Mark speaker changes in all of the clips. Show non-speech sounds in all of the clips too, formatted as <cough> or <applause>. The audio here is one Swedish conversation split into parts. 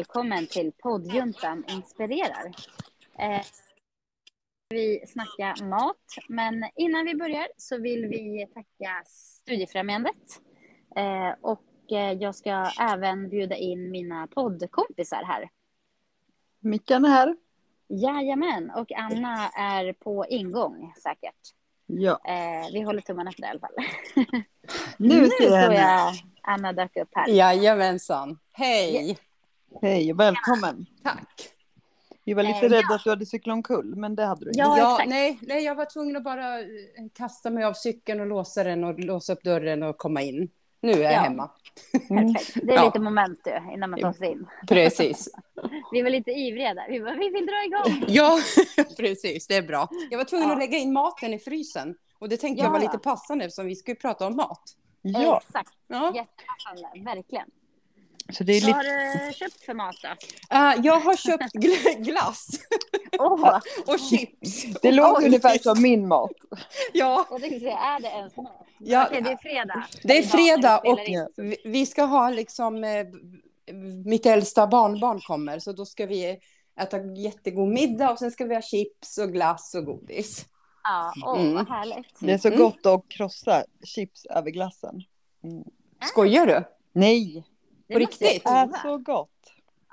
Speaker 1: välkommen till poddjuntan inspirerar. Eh, vi snacka mat, men innan vi börjar så vill vi tacka Studiefrämjandet. Eh, och eh, jag ska även bjuda in mina poddkompisar här.
Speaker 2: Mickan är här.
Speaker 1: Jajamän, och Anna är på ingång säkert.
Speaker 2: Ja,
Speaker 1: Eh, vi håller tummarna för det i alla fall.
Speaker 2: nu ser jag
Speaker 1: såg
Speaker 2: henne.
Speaker 1: jag Anna dök upp här.
Speaker 3: Jajamensan. Hej.
Speaker 2: Hej och välkommen.
Speaker 3: Tack.
Speaker 2: Vi var lite
Speaker 1: Eh,
Speaker 2: rädda att du hade cyklat omkull, men det hade du inte.
Speaker 1: Ja,
Speaker 3: ja,
Speaker 1: exakt.
Speaker 3: nej, nej, jag var tvungen att bara eh, kasta mig av cykeln och låsa den och låsa upp dörren och komma in. Nu är jag
Speaker 1: Ja.
Speaker 3: hemma.
Speaker 2: Mm.
Speaker 1: Perfekt. Det är
Speaker 3: Ja.
Speaker 1: lite moment du, innan man tar sig in.
Speaker 3: Precis.
Speaker 1: Vi var lite ivriga där. Vi bara, vi vill dra igång.
Speaker 3: Ja, <laughs> precis. Det är bra. Jag var tvungen
Speaker 1: Ja.
Speaker 3: att lägga in maten i frysen. Och det tänkte jag
Speaker 1: Ja,
Speaker 3: var
Speaker 1: ja.
Speaker 3: lite passande eftersom vi ska ju prata om mat.
Speaker 2: Mm. Ja,
Speaker 1: Exakt,
Speaker 3: Ja.
Speaker 1: jättepassande, verkligen.
Speaker 2: så det är
Speaker 1: Vad
Speaker 2: lite...
Speaker 1: har du köpt för mat då?
Speaker 3: Eh, jag har köpt gl- <laughs> glass
Speaker 1: Åh,
Speaker 3: och chips.
Speaker 2: Det låg
Speaker 3: Oj.
Speaker 2: ungefär som min mat.
Speaker 3: Ja,
Speaker 1: jag tänkte säga, är det ens mat?
Speaker 3: ja,
Speaker 1: Okej, det är fredag.
Speaker 3: Det är
Speaker 1: Idag när vi
Speaker 3: fredag
Speaker 1: spelar
Speaker 3: och
Speaker 1: in.
Speaker 3: vi- vi ska ha liksom, eh, mitt äldsta barnbarn kommer, så då ska vi äta jättegod middag och sen ska vi ha chips och glass och godis.
Speaker 1: Ja, åh,
Speaker 3: Mm.
Speaker 1: vad härligt.
Speaker 2: Det är så
Speaker 3: Mm.
Speaker 2: gott att krossa chips över glassen.
Speaker 3: Skojar du?
Speaker 2: Nej,
Speaker 1: Det måste jag
Speaker 3: riktigt?
Speaker 2: det är
Speaker 1: prova.
Speaker 2: så gott.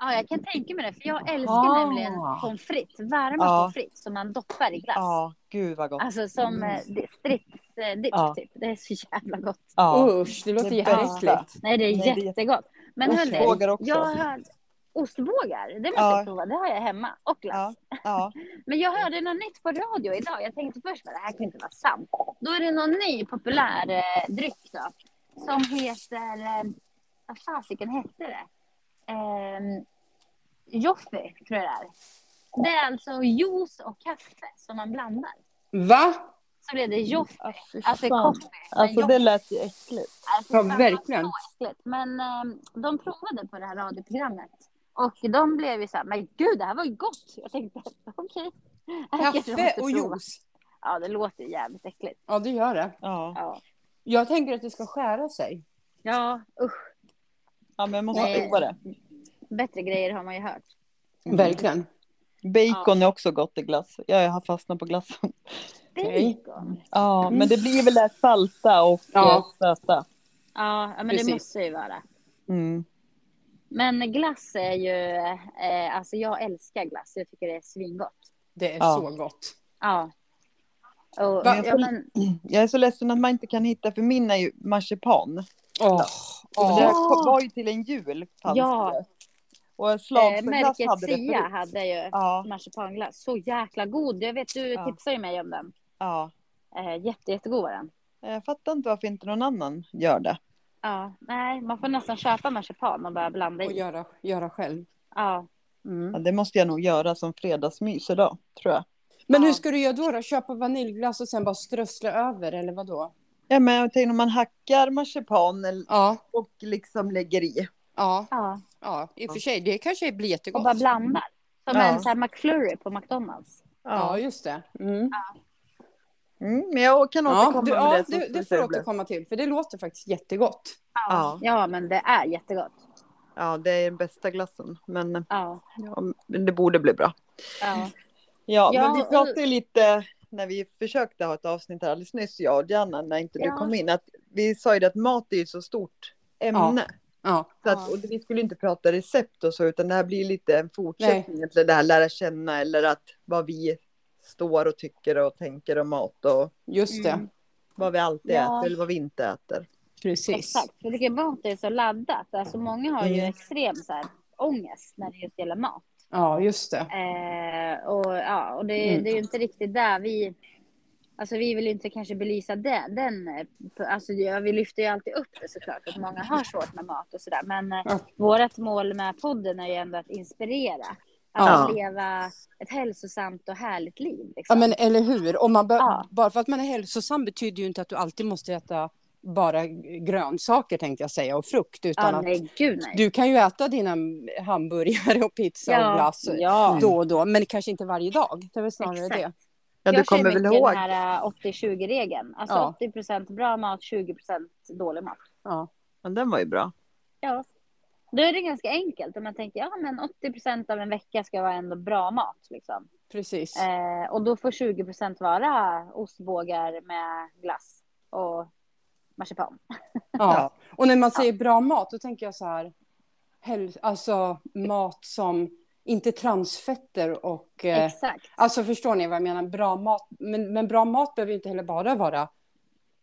Speaker 1: Ja, jag kan tänka mig det, för jag älskar
Speaker 3: Ah.
Speaker 1: nämligen pommes frites, varma
Speaker 2: Ja.
Speaker 1: pommes frites som man doppar i glass.
Speaker 2: Ja, gud vad gott.
Speaker 1: Alltså som
Speaker 3: Mm.
Speaker 1: eh, di- stripsdipp
Speaker 2: Ja.
Speaker 1: typ. Det är så jävla gott.
Speaker 2: Ja.
Speaker 3: Usch, det låter
Speaker 2: Det
Speaker 3: jätteäckligt.
Speaker 1: Nej, det är
Speaker 2: Nej, det är jätte-
Speaker 1: jättegott. Men hörni,
Speaker 2: Ostbågar också.
Speaker 1: jag hörde... Ostbågar, det måste
Speaker 2: Ja.
Speaker 1: jag prova. Det har jag hemma. Och glass.
Speaker 2: Ja, ja.
Speaker 1: Men jag hörde något nytt på radio idag. Jag tänkte först att det här kan inte vara sant. Då är det någon ny populär eh, dryck då, som heter... Eh, vad fasiken hette det? Eh, Joffe, tror jag det är. Det är alltså juice och kaffe som man blandar.
Speaker 3: Va?
Speaker 1: Så blev det Joffe.
Speaker 2: Ah, <laughs> fy
Speaker 1: Alltså
Speaker 2: fan.
Speaker 1: koffe. men
Speaker 2: Alltså
Speaker 1: Joffe.
Speaker 2: det lät ju äckligt.
Speaker 1: Alltså,
Speaker 3: Ja,
Speaker 1: fan,
Speaker 3: verkligen.
Speaker 1: Så äckligt. Men eh, de provade på det här radioprogrammet. Och de blev ju så här, men gud det här var ju gott. Jag tänkte, <laughs> okej. här kanske de
Speaker 3: Kaffe
Speaker 1: måste
Speaker 3: och
Speaker 1: prova.
Speaker 3: juice.
Speaker 1: Ja, det låter ju jävligt äckligt.
Speaker 3: Ja, det gör det.
Speaker 2: Ja,
Speaker 1: Ja,
Speaker 3: Jag tänker att det ska skära sig.
Speaker 1: ja usch.
Speaker 2: ja men jag måste
Speaker 1: Nej.
Speaker 2: prova det.
Speaker 1: Bättre grejer har man ju hört. Mm.
Speaker 3: Verkligen.
Speaker 2: Bacon är också gott i glass. Ja, jag har fastnat på glassen. <laughs>
Speaker 3: Okej.
Speaker 1: Bacon.
Speaker 2: Ja, men det blir väl att salta och
Speaker 3: Ja.
Speaker 2: Mm. ja. söta.
Speaker 1: Ja, ja, men det
Speaker 3: Precis.
Speaker 1: måste ju vara.
Speaker 2: Mm.
Speaker 1: Men glass är ju, eh, alltså jag älskar glass. Jag tycker det är svingott.
Speaker 3: Det är
Speaker 2: Ja.
Speaker 3: så gott.
Speaker 1: Ja. Och,
Speaker 3: Va-
Speaker 1: ja, men,
Speaker 2: Jag är så ledsen att man inte kan hitta, för min är ju marsipan.
Speaker 3: Åh.
Speaker 2: Men
Speaker 3: åh.
Speaker 2: Det kom- var ju till en jul. fanns
Speaker 1: Ja.
Speaker 2: det. Och
Speaker 1: eh,
Speaker 2: slagsglass
Speaker 1: märket
Speaker 2: hade det förut.
Speaker 1: Sia hade ju
Speaker 2: Ja,
Speaker 1: marsipanglass. Så jäkla god. Jag vet, du
Speaker 2: Ja.
Speaker 1: tipsade ju mig om den.
Speaker 2: ja.
Speaker 1: Eh, jätte, jättegod var den.
Speaker 2: Jag fattar inte varför inte någon annan gör det.
Speaker 1: Ja, nej, man får nästan köpa marsipan och bara blanda
Speaker 3: Och
Speaker 1: i. Ja.
Speaker 3: göra, göra själv.
Speaker 1: Mm.
Speaker 2: Ja, det måste jag nog göra som fredagsmys idag, tror jag.
Speaker 3: Men
Speaker 1: Ja.
Speaker 3: hur ska du göra då? då? Köpa vaniljglass och sen bara strössla över eller vad då?
Speaker 2: Ja, men jag tänkte om man hackar marsipan el-
Speaker 3: Ja,
Speaker 2: och liksom lägger i.
Speaker 3: ja,
Speaker 1: ja.
Speaker 3: ja. I och för sig, det kanske blir jättegott.
Speaker 1: Och bara blandar. Som
Speaker 2: Ja.
Speaker 1: en sån här McFlurry på McDonalds.
Speaker 3: Ja, just det. Mm.
Speaker 2: Mm, men jag kan återkomma
Speaker 3: Ja, du,
Speaker 2: med
Speaker 3: ja,
Speaker 2: det. som
Speaker 3: du, det får du
Speaker 2: speciellt.
Speaker 3: återkomma till, för det låter faktiskt jättegott.
Speaker 2: Ja.
Speaker 1: ja, men det är jättegott.
Speaker 2: ja, det är den bästa glassen. Men,
Speaker 1: Ja.
Speaker 2: ja, men det borde bli bra.
Speaker 3: Mm.
Speaker 1: ja.
Speaker 2: Ja,
Speaker 1: Ja,
Speaker 2: men vi
Speaker 1: och-
Speaker 2: pratade ju lite när vi försökte ha ett avsnitt här alldeles nyss, jag och Diana, när inte
Speaker 1: Ja.
Speaker 2: du kom in, att vi sa ju det att mat är ju så stort ämne.
Speaker 3: Ja,
Speaker 2: Så att,
Speaker 1: Ja.
Speaker 2: och vi skulle inte prata recept och så, utan det här blir lite en fortsättning, egentligen, det här lära känna eller att vad vi står och tycker och tänker om mat och
Speaker 3: just det.
Speaker 1: Mm.
Speaker 2: vad vi alltid
Speaker 1: Ja.
Speaker 2: äter eller vad vi inte äter.
Speaker 3: Precis.
Speaker 1: Exakt. För jag tycker mat är så laddat. Alltså, många har ju
Speaker 2: Mm.
Speaker 1: extrem så här, ångest när det just gäller mat.
Speaker 3: Ja, just det.
Speaker 1: Eh, och ja, och det,
Speaker 3: Mm.
Speaker 1: det är ju inte riktigt där vi... Alltså vi vill ju inte kanske belysa det, den... eh, p- Alltså ja, vi lyfter ju alltid upp det såklart, att många har svårt med mat och sådär. Men eh,
Speaker 3: Ja.
Speaker 1: vårt mål med podden är ju ändå att inspirera.
Speaker 3: Ja.
Speaker 1: Att leva ett hälsosamt och härligt liv.
Speaker 3: Ja,
Speaker 1: Liksom.
Speaker 3: men eller hur? Om man bör,
Speaker 1: Ja.
Speaker 3: Bara för att man är hälsosam betyder ju inte att du alltid måste äta bara grönsaker, tänkte jag säga, och frukt, utan
Speaker 1: ja,
Speaker 3: att
Speaker 1: nej, gud nej.
Speaker 3: du kan ju äta dina hamburgare och pizza och
Speaker 1: ja,
Speaker 3: glass
Speaker 1: ja.
Speaker 3: då och då, men kanske inte varje dag. Det är väl snarare
Speaker 1: Exakt.
Speaker 3: det.
Speaker 2: Ja, du
Speaker 1: jag
Speaker 2: kommer
Speaker 1: känner
Speaker 2: väl
Speaker 1: mycket
Speaker 2: ihåg?
Speaker 1: den här eh, 80-20-regeln. Alltså
Speaker 3: Ja.
Speaker 1: 80 procent bra mat, 20 procent dålig mat.
Speaker 3: Ja.
Speaker 2: Men den var ju bra.
Speaker 1: Ja. Då är det ganska enkelt om man tänker ja men 80 procent av en vecka ska vara ändå bra mat liksom.
Speaker 3: Precis.
Speaker 1: Eh, och då får 20 procent vara ostbågar med glass och marsipan.
Speaker 3: Ja. Och när man säger bra mat, då tänker jag så här, häl- alltså mat som inte transfetter och... eh,
Speaker 1: Exakt.
Speaker 3: Alltså förstår ni vad jag menar? Bra mat, men, men bra mat behöver ju inte heller bara vara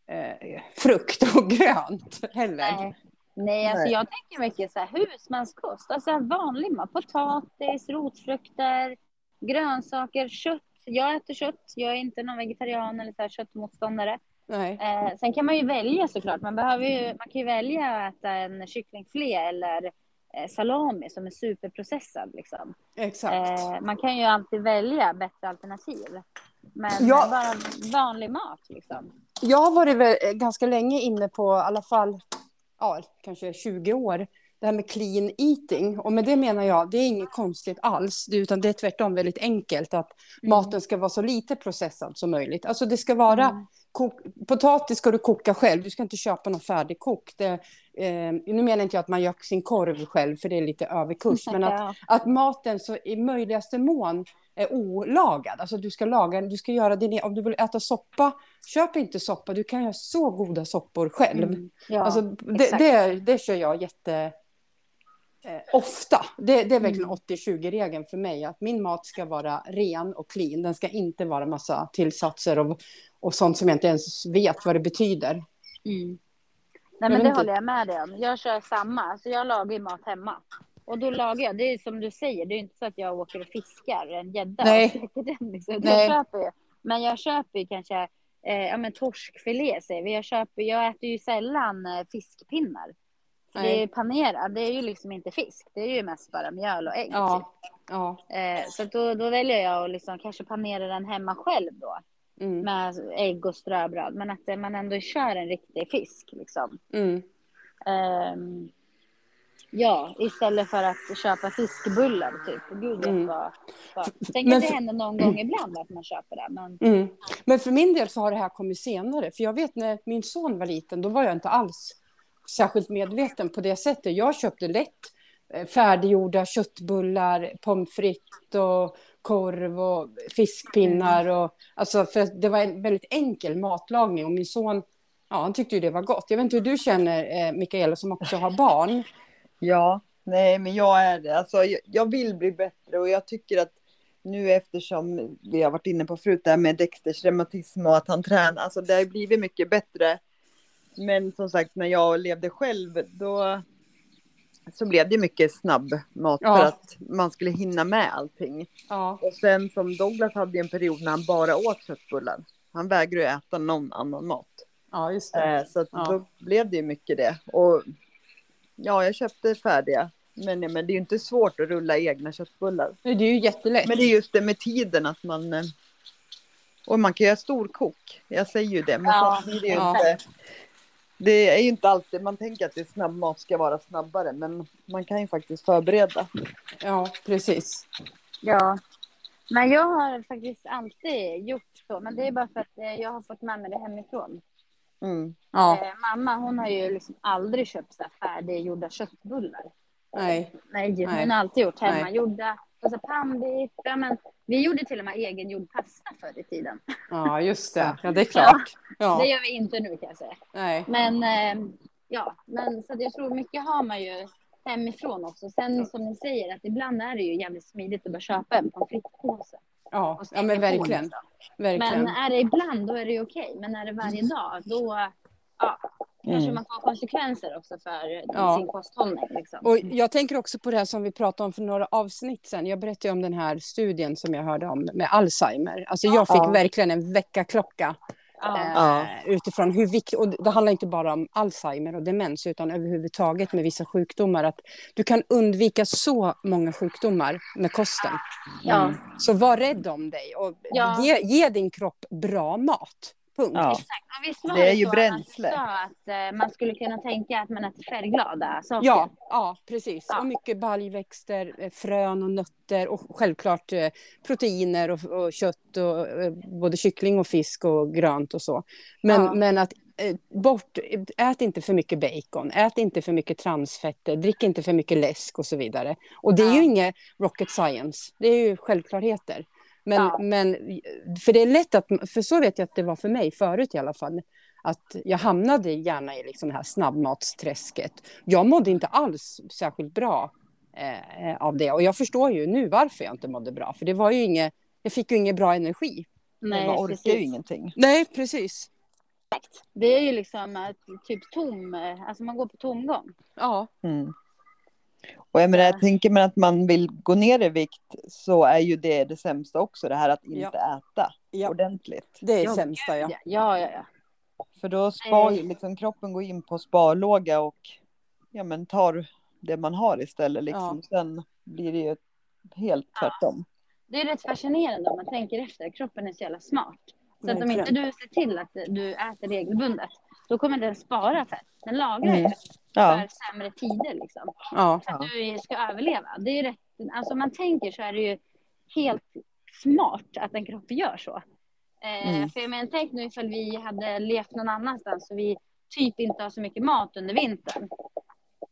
Speaker 3: eh, frukt och grönt heller.
Speaker 1: Nej. Nej, alltså
Speaker 2: Nej.
Speaker 1: jag tänker mycket så här husmanskost, alltså vanlig mat, potatis, rotfrukter, grönsaker, kött. Jag äter kött, jag är inte någon vegetarian eller så här köttmotståndare.
Speaker 3: Nej.
Speaker 1: Eh, sen kan man ju välja såklart, man, behöver ju, man kan ju välja att äta en kycklingfilé eller eh, salami som är superprocessad. Liksom.
Speaker 3: Exakt.
Speaker 1: Eh, man kan ju alltid välja bättre alternativ. Men
Speaker 3: Ja.
Speaker 1: bara vanlig mat liksom.
Speaker 3: Jag har varit vä- ganska länge inne på, i alla fall ja, kanske 20 år, det här med clean eating. Och med det menar jag, det är inget konstigt alls, det- utan det är tvärtom väldigt enkelt att maten ska vara så lite processad som möjligt. Alltså det ska vara,
Speaker 1: Mm.
Speaker 3: kok, potatis ska du koka själv, du ska inte köpa någon färdigkokt. Det, eh, nu menar inte jag att man gör sin korv själv, för det är lite överkurs, men att
Speaker 1: Ja.
Speaker 3: att maten så i möjligaste mån är olagad. Alltså du ska laga, du ska göra din, e-, om du vill äta soppa, köp inte soppa, du kan göra så goda soppor själv.
Speaker 1: Mm. Ja.
Speaker 3: alltså, det,
Speaker 1: exakt.
Speaker 3: det, det kör jag jätte eh, ofta. Det, det är verkligen
Speaker 1: Mm.
Speaker 3: 80-20-regeln för mig, att min mat ska vara ren och clean. Den ska inte vara massa tillsatser och, och sånt som jag inte ens vet vad det betyder.
Speaker 1: Mm. Nej, men
Speaker 3: Jag vet
Speaker 1: det
Speaker 3: inte.
Speaker 1: håller jag med dig om. Jag kör samma. Alltså, jag lagar ju mat hemma. Och då lagar jag. Det är som du säger, det är ju inte så att jag åker och fiskar en gädda.
Speaker 3: Nej.
Speaker 1: och steker den, Liksom. utan
Speaker 3: Nej.
Speaker 1: Jag köper ju. Men jag köper ju kanske eh, ja, men torskfilé, säger vi. Jag, köper, jag äter ju sällan eh, fiskpinnar. För
Speaker 3: Nej.
Speaker 1: Det är panerat. Det är ju liksom inte fisk. Det är ju mest bara mjöl och ägg. typ.
Speaker 3: Ja. ja.
Speaker 1: Eh, så att då, då väljer jag att liksom kanske panera den hemma själv då.
Speaker 3: Mm,
Speaker 1: Med ägg och ströbröd. Men att eh, man ändå kör en riktig fisk liksom.
Speaker 3: mm.
Speaker 1: Ehm, ja, istället för att köpa fiskbullar typ. Gud vet
Speaker 3: Mm.
Speaker 1: vad.
Speaker 3: <laughs>
Speaker 1: vad. Sen
Speaker 3: Men
Speaker 1: kan det
Speaker 3: för-
Speaker 1: hända någon gång ibland att man köper det. Men
Speaker 3: Mm. Men för min del så har det här kommit senare. För jag vet när min son var liten, då var jag inte alls särskilt medveten på det sättet. Jag köpte lätt eh, färdiggjorda köttbullar, pommes frites och korv och fiskpinnar. Och, alltså för att det var en väldigt enkel matlagning och min son Ja, han tyckte ju det var gott. Jag vet inte hur du känner, eh, Mikaela, som också har barn.
Speaker 2: Ja, nej men jag är det. Alltså, jag, jag vill bli bättre och jag tycker att nu eftersom vi har varit inne på förut det här med Dexters reumatism och att han tränar, alltså det har blivit mycket bättre. Men som sagt när jag levde själv då så blev det mycket snabb mat
Speaker 3: Ja.
Speaker 2: för att man skulle hinna med allting.
Speaker 3: Ja,
Speaker 2: Och sen som Douglas hade ju en period när han bara åt köttbullar. Han vägrar ju äta någon annan mat.
Speaker 3: ja just det.
Speaker 2: Eh, Så att
Speaker 3: Ja.
Speaker 2: då blev det ju mycket det. Och ja, jag köpte färdiga. Men, men det är ju inte svårt att rulla egna köttbullar.
Speaker 3: Det är ju jättelätt.
Speaker 2: Men det är just det med tiden att man... eh, Och man kan göra storkok. Jag säger ju det. Men
Speaker 1: Ja,
Speaker 2: samtidigt är det ju
Speaker 3: ja.
Speaker 2: inte... Det är ju inte alltid, man tänker att det är snabbmat ska vara snabbare, men man kan ju faktiskt förbereda.
Speaker 3: Ja, precis.
Speaker 1: ja. Nej, jag har faktiskt alltid gjort så. Men det är bara för att eh, jag har fått med mig det hemifrån.
Speaker 2: Mm.
Speaker 3: Ja,
Speaker 1: Eh, mamma hon har ju liksom aldrig köpt så här färdiggjorda köttbullar.
Speaker 3: nej.
Speaker 1: Nej,
Speaker 3: Nej.
Speaker 1: hon har alltid gjort
Speaker 3: Nej.
Speaker 1: hemmagjorda. Alltså pannbiff. Ja, men vi gjorde till och med egengjord pasta förr i tiden.
Speaker 3: Ja, just det. Ja, det är klart.
Speaker 1: Det
Speaker 3: Ja,
Speaker 1: gör vi inte nu kan jag säga.
Speaker 3: nej.
Speaker 1: Men eh, ja, men så att jag tror mycket har man ju hemifrån också. Sen som ni säger att ibland är det ju jävligt smidigt att bara köpa en pommes frites-påse.
Speaker 3: Ja,
Speaker 1: och
Speaker 3: ja
Speaker 1: steka
Speaker 3: men
Speaker 1: på
Speaker 3: verkligen.
Speaker 1: liksom.
Speaker 3: verkligen. Mm.
Speaker 1: Men är det ibland då är det ju okej. Men är det varje dag då ja, kanske
Speaker 2: Mm.
Speaker 1: man får konsekvenser också för
Speaker 3: Ja.
Speaker 1: sin kosthållning. Liksom.
Speaker 3: Och jag tänker också på det här som vi pratade om för några avsnitt sedan. Jag berättade ju om den här studien som jag hörde om med Alzheimer. Alltså jag fick
Speaker 2: Ja.
Speaker 3: verkligen en väckarklocka eh,
Speaker 1: ja.
Speaker 2: Ja.
Speaker 3: utifrån hur viktigt, och det handlar inte bara om Alzheimer och demens utan överhuvudtaget med vissa sjukdomar. Att du kan undvika så många sjukdomar med kosten.
Speaker 1: ja,
Speaker 3: Så var rädd om dig och
Speaker 1: Ja.
Speaker 3: ge, ge din kropp bra mat. Punkt.
Speaker 2: Ja.
Speaker 1: Ja, visst var
Speaker 2: Det
Speaker 1: det,
Speaker 2: är ju
Speaker 1: så
Speaker 2: bränsle.
Speaker 1: Att, man sa att eh, man skulle kunna tänka att man äter färgglada saker.
Speaker 3: Ja, ja precis.
Speaker 1: Ja.
Speaker 3: Och mycket baljväxter, eh, frön och nötter och självklart eh, proteiner och, och kött och eh, både kyckling och fisk och grönt och så. Men,
Speaker 1: Ja.
Speaker 3: men att eh, bort, ät inte för mycket bacon, ät inte för mycket transfetter, drick inte för mycket läsk och så vidare. Och det är
Speaker 1: Ja.
Speaker 3: ju inget rocket science, det är ju självklarheter. Men,
Speaker 1: Ja.
Speaker 3: men för det är lätt att, för så vet jag att det var för mig förut i alla fall, att jag hamnade gärna i liksom det här snabbmatsträsket. Jag mådde inte alls särskilt bra eh, av det och jag förstår ju nu varför jag inte mådde bra, för det var ju inget, jag fick ju ingen bra energi.
Speaker 1: Nej,
Speaker 2: man orkar
Speaker 1: precis.
Speaker 2: ju ingenting.
Speaker 3: Nej, precis.
Speaker 1: Det är ju liksom att, typ tom, eh, alltså man går på tomgång.
Speaker 3: Ja.
Speaker 2: Mm. Och jag menar, jag tänker man att man vill gå ner i vikt så är ju det det sämsta också, det här att inte äta
Speaker 3: Ja.
Speaker 2: ordentligt.
Speaker 3: Det är
Speaker 1: Ja,
Speaker 3: sämsta, ja.
Speaker 1: Ja, ja, ja. ja.
Speaker 2: För då spar
Speaker 1: Nej.
Speaker 2: ju liksom kroppen går in på sparlåga och ja, men tar det man har istället. Liksom. Sen blir det ju helt tvärtom.
Speaker 1: Det är rätt fascinerande om man tänker efter. Kroppen är så jävla smart. Så att om
Speaker 3: Verkligen.
Speaker 1: inte du ser till att du äter regelbundet, då kommer den spara fett. Den lagrar ju
Speaker 2: Mm. Ja,
Speaker 1: för sämre tider liksom.
Speaker 3: ja.
Speaker 1: För att
Speaker 2: Ja.
Speaker 1: du ska överleva. Det är rätt, alltså om man tänker så är det ju helt smart att en kropp gör så. Eh,
Speaker 2: Mm.
Speaker 1: För jag menar, tänk nu ifall vi hade levt någon annanstans och vi typ inte har så mycket mat under vintern.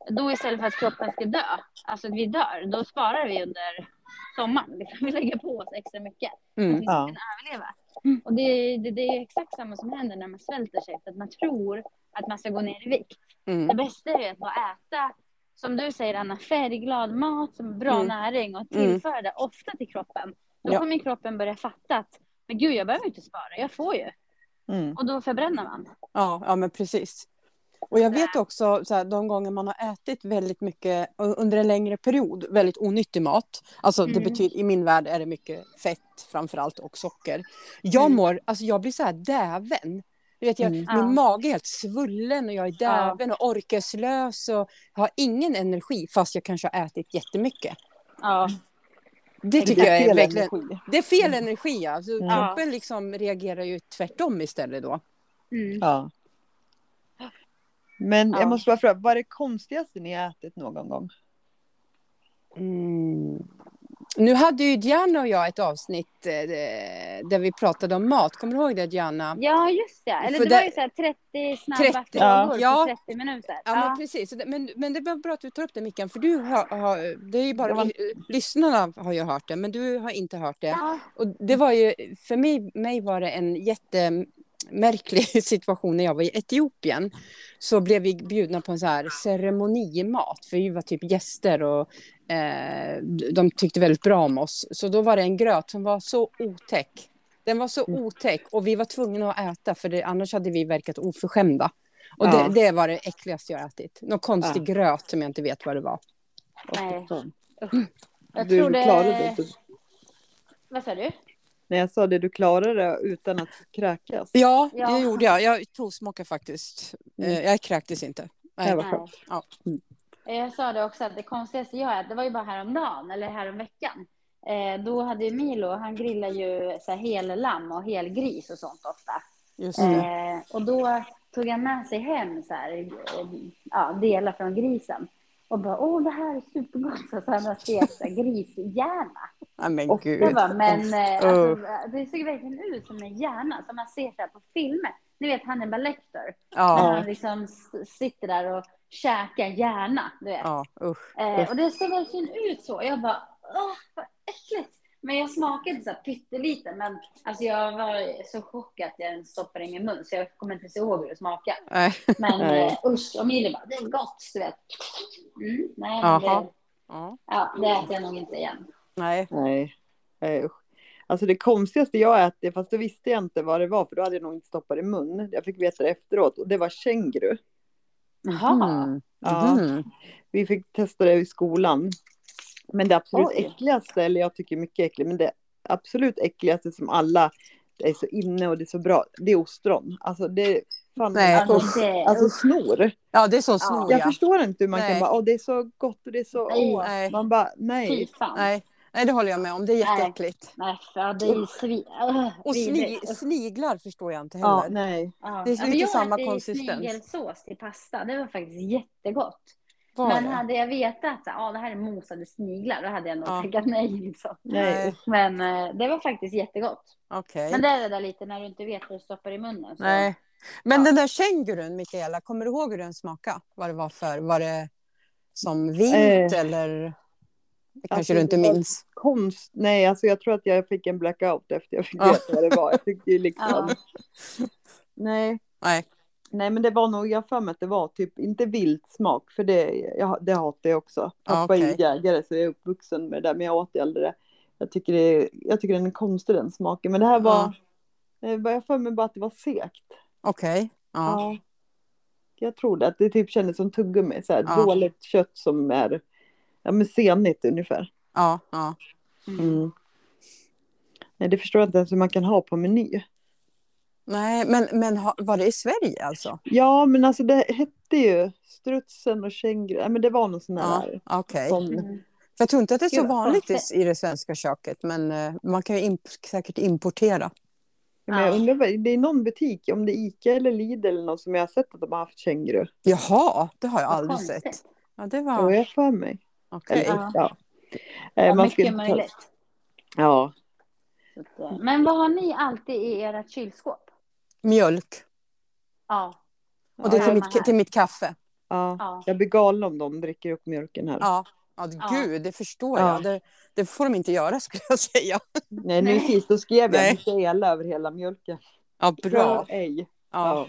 Speaker 1: Då istället för att kroppen ska dö, alltså att vi dör, då sparar vi under sommaren. Liksom. Vi lägger på oss extra mycket för att
Speaker 3: Mm.
Speaker 1: vi ska
Speaker 2: Ja.
Speaker 1: kunna överleva.
Speaker 3: Mm.
Speaker 1: Och det, det, det är exakt samma som händer när man svälter sig, för att man tror att man ska gå ner i vikt. Det
Speaker 3: Mm.
Speaker 1: bästa är ju att bara äta, som du säger Anna, färgglad mat som har bra
Speaker 3: Mm.
Speaker 1: näring och
Speaker 3: Mm.
Speaker 1: tillföra det ofta till kroppen. Då
Speaker 3: Ja.
Speaker 1: kommer ju kroppen börja fatta att men gud, jag behöver inte spara, jag får ju.
Speaker 2: mm.
Speaker 1: Och då förbränner man.
Speaker 3: Ja, ja, men precis. Och jag vet också så här, de gånger man har ätit väldigt mycket u- under en längre period, väldigt onyttig mat. Alltså det
Speaker 1: Mm.
Speaker 3: betyder, i min värld är det mycket fett framför allt och socker. Jag
Speaker 1: Mm.
Speaker 3: mår, alltså jag blir så här däven. Du vet, jag,
Speaker 2: Mm.
Speaker 3: Min
Speaker 1: Ja.
Speaker 3: mage är helt svullen och jag är
Speaker 1: Ja.
Speaker 3: däven och orkeslös och har ingen energi fast jag kanske har ätit jättemycket.
Speaker 1: Ja,
Speaker 3: Det tycker
Speaker 2: Det
Speaker 3: jag är
Speaker 2: fel
Speaker 3: verkligen...
Speaker 2: energi.
Speaker 3: Det är fel energi, alltså
Speaker 2: Mm.
Speaker 3: kroppen liksom reagerar ju tvärtom istället då.
Speaker 1: mm.
Speaker 2: Ja. Men
Speaker 1: Ja.
Speaker 2: jag måste bara fråga, vad är det konstigaste ni har ätit någon gång?
Speaker 3: Mm. Nu hade ju Diana och jag ett avsnitt eh, där vi pratade om mat. Kommer du ihåg det Diana?
Speaker 1: ja just det. Eller
Speaker 3: För
Speaker 1: det, var
Speaker 3: det-
Speaker 1: ju så här 30 snabba
Speaker 3: 30,
Speaker 1: frågor
Speaker 3: ja.
Speaker 1: på 30 minuter.
Speaker 3: Ja, men
Speaker 1: Ja,
Speaker 3: precis. Så det- Men, men det var bra att du tar upp det Mickan, för du har, har det är ju bara
Speaker 2: Det var-
Speaker 3: lyssnarna har ju hört det, men du har inte hört det.
Speaker 1: ja.
Speaker 3: Och det var ju, för mig, mig var det en jättemärklig <laughs> situation när jag var i Etiopien. Så blev vi bjudna på en så här ceremonimat, för vi var typ gäster och eh, de tyckte väldigt bra om oss. Så då var det en gröt som var så otäck. Den var så otäck och vi var tvungna att äta för det, annars hade vi verkat oförskämda. Och
Speaker 2: Ja.
Speaker 3: det, det var det äckligaste jag ätit. Någon konstig gröt som jag inte vet vad det var.
Speaker 1: Nej.
Speaker 2: Jag
Speaker 1: Jag
Speaker 2: liksom- du
Speaker 1: tror det-
Speaker 2: klarade det. inte.
Speaker 1: Vad sa du?
Speaker 2: Nej, jag sa det, du klarade det utan att kräkas.
Speaker 3: Ja,
Speaker 1: Ja.
Speaker 3: det gjorde jag. Jag provsmakade faktiskt.
Speaker 2: Mm.
Speaker 3: Eh, Jag kräktes inte.
Speaker 2: Det var
Speaker 1: Nej.
Speaker 2: skönt.
Speaker 3: Ja.
Speaker 2: Mm.
Speaker 1: Eh, Jag sa det också att det konstigaste jag äter, det var ju bara häromdagen eller häromveckan. Eh, då hade ju Milo, han grillar ju så här hel lamm och hel gris och sånt ofta.
Speaker 3: Just
Speaker 2: Mm.
Speaker 3: det.
Speaker 1: Eh, och då tog han med sig hem så här, eh, ja, delar från grisen. Och bara, åh det här är supergott. Så han har stekt så här grishjärna.
Speaker 3: Nej men
Speaker 2: Och
Speaker 3: gud.
Speaker 1: Jag bara, men eh, alltså, det såg verkligen ut som en hjärna som man ser så här på filmer. Ni vet Hannibal Lecter. När
Speaker 3: Ja,
Speaker 1: han liksom s- sitter där och käkar hjärna. Du vet.
Speaker 3: ja, usch.
Speaker 1: Eh, och det såg verkligen ut så. Jag bara, åh, vad äckligt. Men jag smakade så här pyttelite, men alltså jag var så chockad att jag ens stoppade in i min mun, så jag kommer inte ens ihåg hur det smakade.
Speaker 3: Nej.
Speaker 1: Men
Speaker 3: Nej.
Speaker 1: eh, usch, och Milo bara, det är gott, du vet. Mm, nej, men
Speaker 3: Jaha.
Speaker 1: det,
Speaker 3: Ja.
Speaker 1: ja, det äter jag nog inte igen.
Speaker 3: Nej.
Speaker 2: Nej, nej usch. Alltså det konstigaste jag ätit, fast då visste jag inte vad det var, för då hade jag nog inte stoppat i mun. Jag fick veta det efteråt och det var känguru.
Speaker 1: Jaha.
Speaker 3: Mm.
Speaker 2: Ja.
Speaker 3: Mm.
Speaker 2: Vi fick testa det i skolan. Men det absolut
Speaker 1: Oj.
Speaker 2: äckligaste, eller jag tycker mycket äckligt, men det absolut äckligaste som alla är så inne och det är så bra, det är ostron. Alltså det är fan,
Speaker 3: Nej,
Speaker 1: Alltså,
Speaker 3: usch.
Speaker 1: det,
Speaker 2: alltså snor.
Speaker 3: Ja, det är så snor
Speaker 2: Jag
Speaker 3: ja.
Speaker 2: förstår inte hur man
Speaker 3: Nej.
Speaker 2: kan bara, åh det är så gott och det är så,
Speaker 1: Nej.
Speaker 2: åh.
Speaker 3: Nej.
Speaker 2: Man bara,
Speaker 1: fy
Speaker 2: nej.
Speaker 1: fan. Nej,
Speaker 3: Nej. Nej, det håller jag med om. Det är
Speaker 1: Nej.
Speaker 3: jätteäckligt.
Speaker 1: för ja, det är ju svin...
Speaker 3: Och sni sniglar förstår jag inte
Speaker 2: Ja,
Speaker 3: heller.
Speaker 2: nej.
Speaker 3: det är ju inte samma konsistens.
Speaker 1: Jag äter sniegelsås till pasta, det var faktiskt jättegott.
Speaker 3: Var
Speaker 1: Men
Speaker 3: det?
Speaker 1: hade jag vetat att ah, det här är mosade sniglar, då hade jag nog
Speaker 3: Ja.
Speaker 1: tackat nej. Liksom.
Speaker 2: nej.
Speaker 3: Nej.
Speaker 1: Men eh, det var faktiskt jättegott.
Speaker 3: Okej.
Speaker 1: Men det är det där lite när du inte vet vad du stoppar i munnen. Så
Speaker 3: Nej. Men
Speaker 1: Ja.
Speaker 3: den där kängurun, Mikaela, kommer du ihåg hur den smakade? Vad det var för? Var det som vit
Speaker 2: Eh,
Speaker 3: eller? Det kanske
Speaker 2: alltså,
Speaker 3: du inte
Speaker 2: det var-
Speaker 3: minns.
Speaker 2: Konst, nej alltså jag tror att jag fick en blackout efter jag fick
Speaker 3: Ja.
Speaker 2: veta vad det var. Jag tyckte <laughs> ju liksom,
Speaker 1: Ja.
Speaker 2: nej.
Speaker 3: Nej.
Speaker 2: Nej men det var nog, jag har för mig att det var typ inte vild smak för det, jag, det hatar jag också. Pappa är ju
Speaker 3: okej.
Speaker 2: jägare så jag är uppvuxen med det där men jag åt ju aldrig det. Jag tycker, det, är- jag tycker den är konstig den smaken men det här var, eh, vad jag har för mig bara att det var segt.
Speaker 3: Okej. Ja.
Speaker 2: Ja. Jag trodde att det typ kändes som tuggummi, så här
Speaker 3: Ja.
Speaker 2: dåligt kött som är ja, men senigt ungefär.
Speaker 3: Ja. ja.
Speaker 2: Mm. Nej det förstår jag inte ens hur man kan ha på meny.
Speaker 3: Nej, men, men ha- var det i Sverige alltså?
Speaker 2: Ja men alltså det hette ju strutsen och känguru, ja, men det var någon sån
Speaker 3: Ja,
Speaker 2: här
Speaker 3: okej.
Speaker 2: sån
Speaker 1: Mm.
Speaker 3: För Jag tror inte att det är så
Speaker 1: Gud, vad
Speaker 3: vanligt i, i det svenska köket, men eh, man kan ju imp säkert importera.
Speaker 2: Ja, Men jag
Speaker 1: Ja.
Speaker 2: undrar, vad- det är någon butik, om det är Ica eller Lidl eller någon som jag har sett att de har haft känguru.
Speaker 3: Jaha, det har jag
Speaker 1: Vad
Speaker 3: aldrig
Speaker 1: konstigt.
Speaker 3: sett. Ja, det
Speaker 2: Ja. Och
Speaker 3: var...
Speaker 2: jag för mig.
Speaker 3: Okej.
Speaker 2: Eller,
Speaker 1: Ja.
Speaker 2: ja.
Speaker 1: Ja,
Speaker 2: Eh, man
Speaker 1: mycket
Speaker 2: skulle ta-
Speaker 1: möjligt.
Speaker 2: Ja.
Speaker 1: Så att, eh, Men vad har ni alltid i ert kylskåp?
Speaker 3: Mjölk.
Speaker 1: Ja,
Speaker 3: Och det
Speaker 1: Ja,
Speaker 3: är till
Speaker 1: samma
Speaker 3: mitt, ka-
Speaker 1: här.
Speaker 3: till mitt kaffe.
Speaker 2: ja.
Speaker 1: ja.
Speaker 2: Jag blir galen om de dricker upp mjölken här.
Speaker 3: Ja. Ja, gud, det förstår jag.
Speaker 2: Ja.
Speaker 3: Det, det får de inte göra, <laughs> skulle jag säga.
Speaker 2: Nej, nu
Speaker 1: Nej.
Speaker 2: sist då skrev
Speaker 3: Nej.
Speaker 2: jag Mikaela över hela mjölken.
Speaker 3: Ja,
Speaker 2: Rör
Speaker 3: bra.
Speaker 2: ej.
Speaker 3: Ja.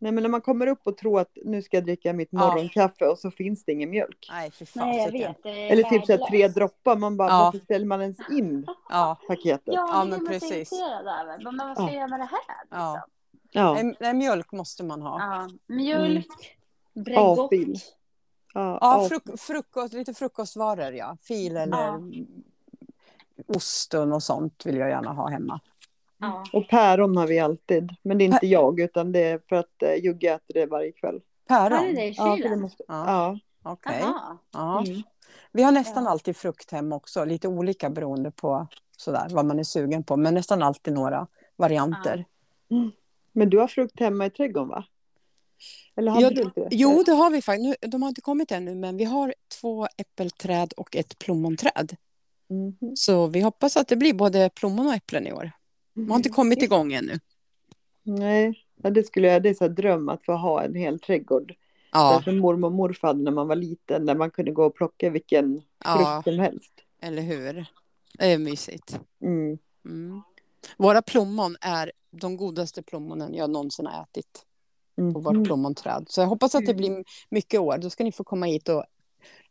Speaker 2: Nej, men när man kommer upp och tror att nu ska jag dricka mitt
Speaker 3: Ja.
Speaker 2: morgonkaffe och så finns det ingen mjölk.
Speaker 3: Nej, för fan.
Speaker 1: Nej, jag
Speaker 3: sicken.
Speaker 1: vet. det är
Speaker 2: Eller typ så här tre
Speaker 1: värdelöst.
Speaker 2: droppar. Man bara,
Speaker 3: Ja.
Speaker 2: varför ställer man ens in
Speaker 3: Ja.
Speaker 2: paketet?
Speaker 1: Ja,
Speaker 3: Ja,
Speaker 1: det
Speaker 3: men
Speaker 1: är man så
Speaker 3: precis.
Speaker 1: irriterad över. Men vad ska jag
Speaker 2: Ja.
Speaker 1: göra med det här? liksom?
Speaker 3: Ja.
Speaker 2: Ja.
Speaker 3: Nej, nej, mjölk måste man ha.
Speaker 1: Ja. Mjölk, Bregott.
Speaker 2: Avfil. Ja,
Speaker 3: Ja,
Speaker 2: ja.
Speaker 3: fruk frukost, lite frukostvaror, ja. Fil eller
Speaker 1: Ja.
Speaker 3: ost och något sånt vill jag gärna ha hemma.
Speaker 1: Ja.
Speaker 2: Och päron har vi alltid. Men det är inte jag, utan det är för att eh, Jugge äter det varje kväll.
Speaker 1: Har ni
Speaker 3: Päron?
Speaker 1: det i
Speaker 2: Ja, för det
Speaker 1: kylen?
Speaker 2: måste...
Speaker 3: Ja,
Speaker 2: ja.
Speaker 3: okej.
Speaker 1: Jaha.
Speaker 3: Ja.
Speaker 2: Mm.
Speaker 3: Vi har nästan
Speaker 1: Ja.
Speaker 3: alltid frukt hem också, lite olika beroende på sådär, vad man är sugen på, men nästan alltid några varianter.
Speaker 2: Men du har frukt hemma i trädgården, va? Eller hade
Speaker 3: Ja,
Speaker 2: du inte det?
Speaker 3: Jo, det har vi faktiskt. Nu- De har inte kommit ännu, men vi har två äppelträd och ett plommonträd.
Speaker 2: Mhm.
Speaker 3: Så vi hoppas att det blir både plommon och äpplen i år. De har
Speaker 2: Mm,
Speaker 3: inte kommit igång ännu.
Speaker 2: Nej, ja, det skulle jag. Det är så här dröm att få ha en hel trädgård.
Speaker 3: Ja,
Speaker 2: Därför Alltså, mormor och morfar hade när man var liten, där man kunde gå och plocka vilken frukt
Speaker 3: ja
Speaker 2: som helst.
Speaker 3: eller hur? Det är mysigt.
Speaker 2: Mm.
Speaker 3: Mm. Våra plommon är de godaste plommonen jag någonsin har ätit
Speaker 2: Mm.
Speaker 3: på vårt plommonträd. Så jag hoppas att det
Speaker 1: Mm.
Speaker 3: blir mycket år. Då ska ni få komma hit och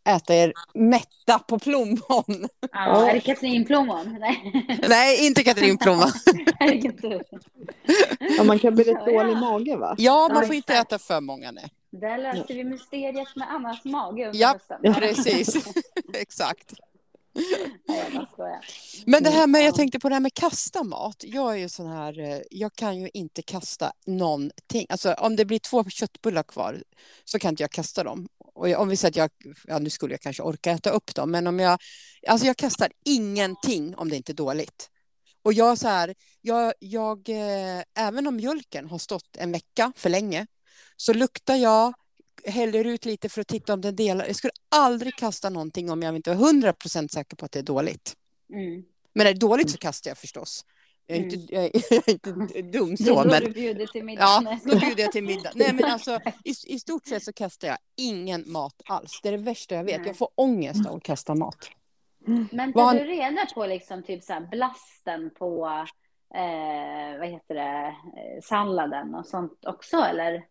Speaker 3: äta er mätta på plommon.
Speaker 1: Ja. Är det katrinplommon? <laughs> Nej,
Speaker 3: Nej, inte katrinplommon.
Speaker 1: är det inte.
Speaker 2: Ja, man kan bli rätt
Speaker 1: Ja.
Speaker 2: dålig i magen, va?
Speaker 3: Ja, man
Speaker 1: Ja,
Speaker 3: får inte
Speaker 1: exakt.
Speaker 3: äta för många. Nej.
Speaker 1: Där löste vi mysteriet med Annas mage under
Speaker 3: Ja.
Speaker 1: hösten.
Speaker 3: Precis, <laughs> exakt.
Speaker 1: <laughs> Nej, jag bara skojar.
Speaker 3: Men det här med, jag
Speaker 1: Ja.
Speaker 3: tänkte på det här med kasta mat. Jag är ju sån här, eh, jag kan ju inte kasta någonting. Alltså om det blir två köttbullar kvar så kan inte jag kasta dem. Och jag, om vi säger att jag, ja nu skulle jag kanske orka äta upp dem, men om jag, alltså jag kastar ingenting om det inte är dåligt. Och jag så här, jag, jag eh, även om mjölken har stått en vecka för länge så luktar jag, häller ut lite för att titta om den delar. Jag skulle aldrig kasta någonting om jag inte var 100% säker på att det är dåligt.
Speaker 1: Mm.
Speaker 3: Men är det dåligt så kastar jag förstås. Jag är
Speaker 1: Mm.
Speaker 3: inte, jag är, jag
Speaker 1: <laughs>
Speaker 3: är inte dum
Speaker 1: Det är
Speaker 3: så,
Speaker 1: då
Speaker 3: men
Speaker 1: du bjuder till middag. <laughs>
Speaker 3: ja, då bjuder jag till middag. Nej, men alltså, i, i stort sett så kastar jag ingen mat alls. Det är det värsta jag vet.
Speaker 1: Nej.
Speaker 3: Jag får ångest av att kasta mat.
Speaker 1: Men tar
Speaker 3: Vad-
Speaker 1: du reda på liksom typ så här blasten på eh, vad heter det, eh, salladen och sånt också eller?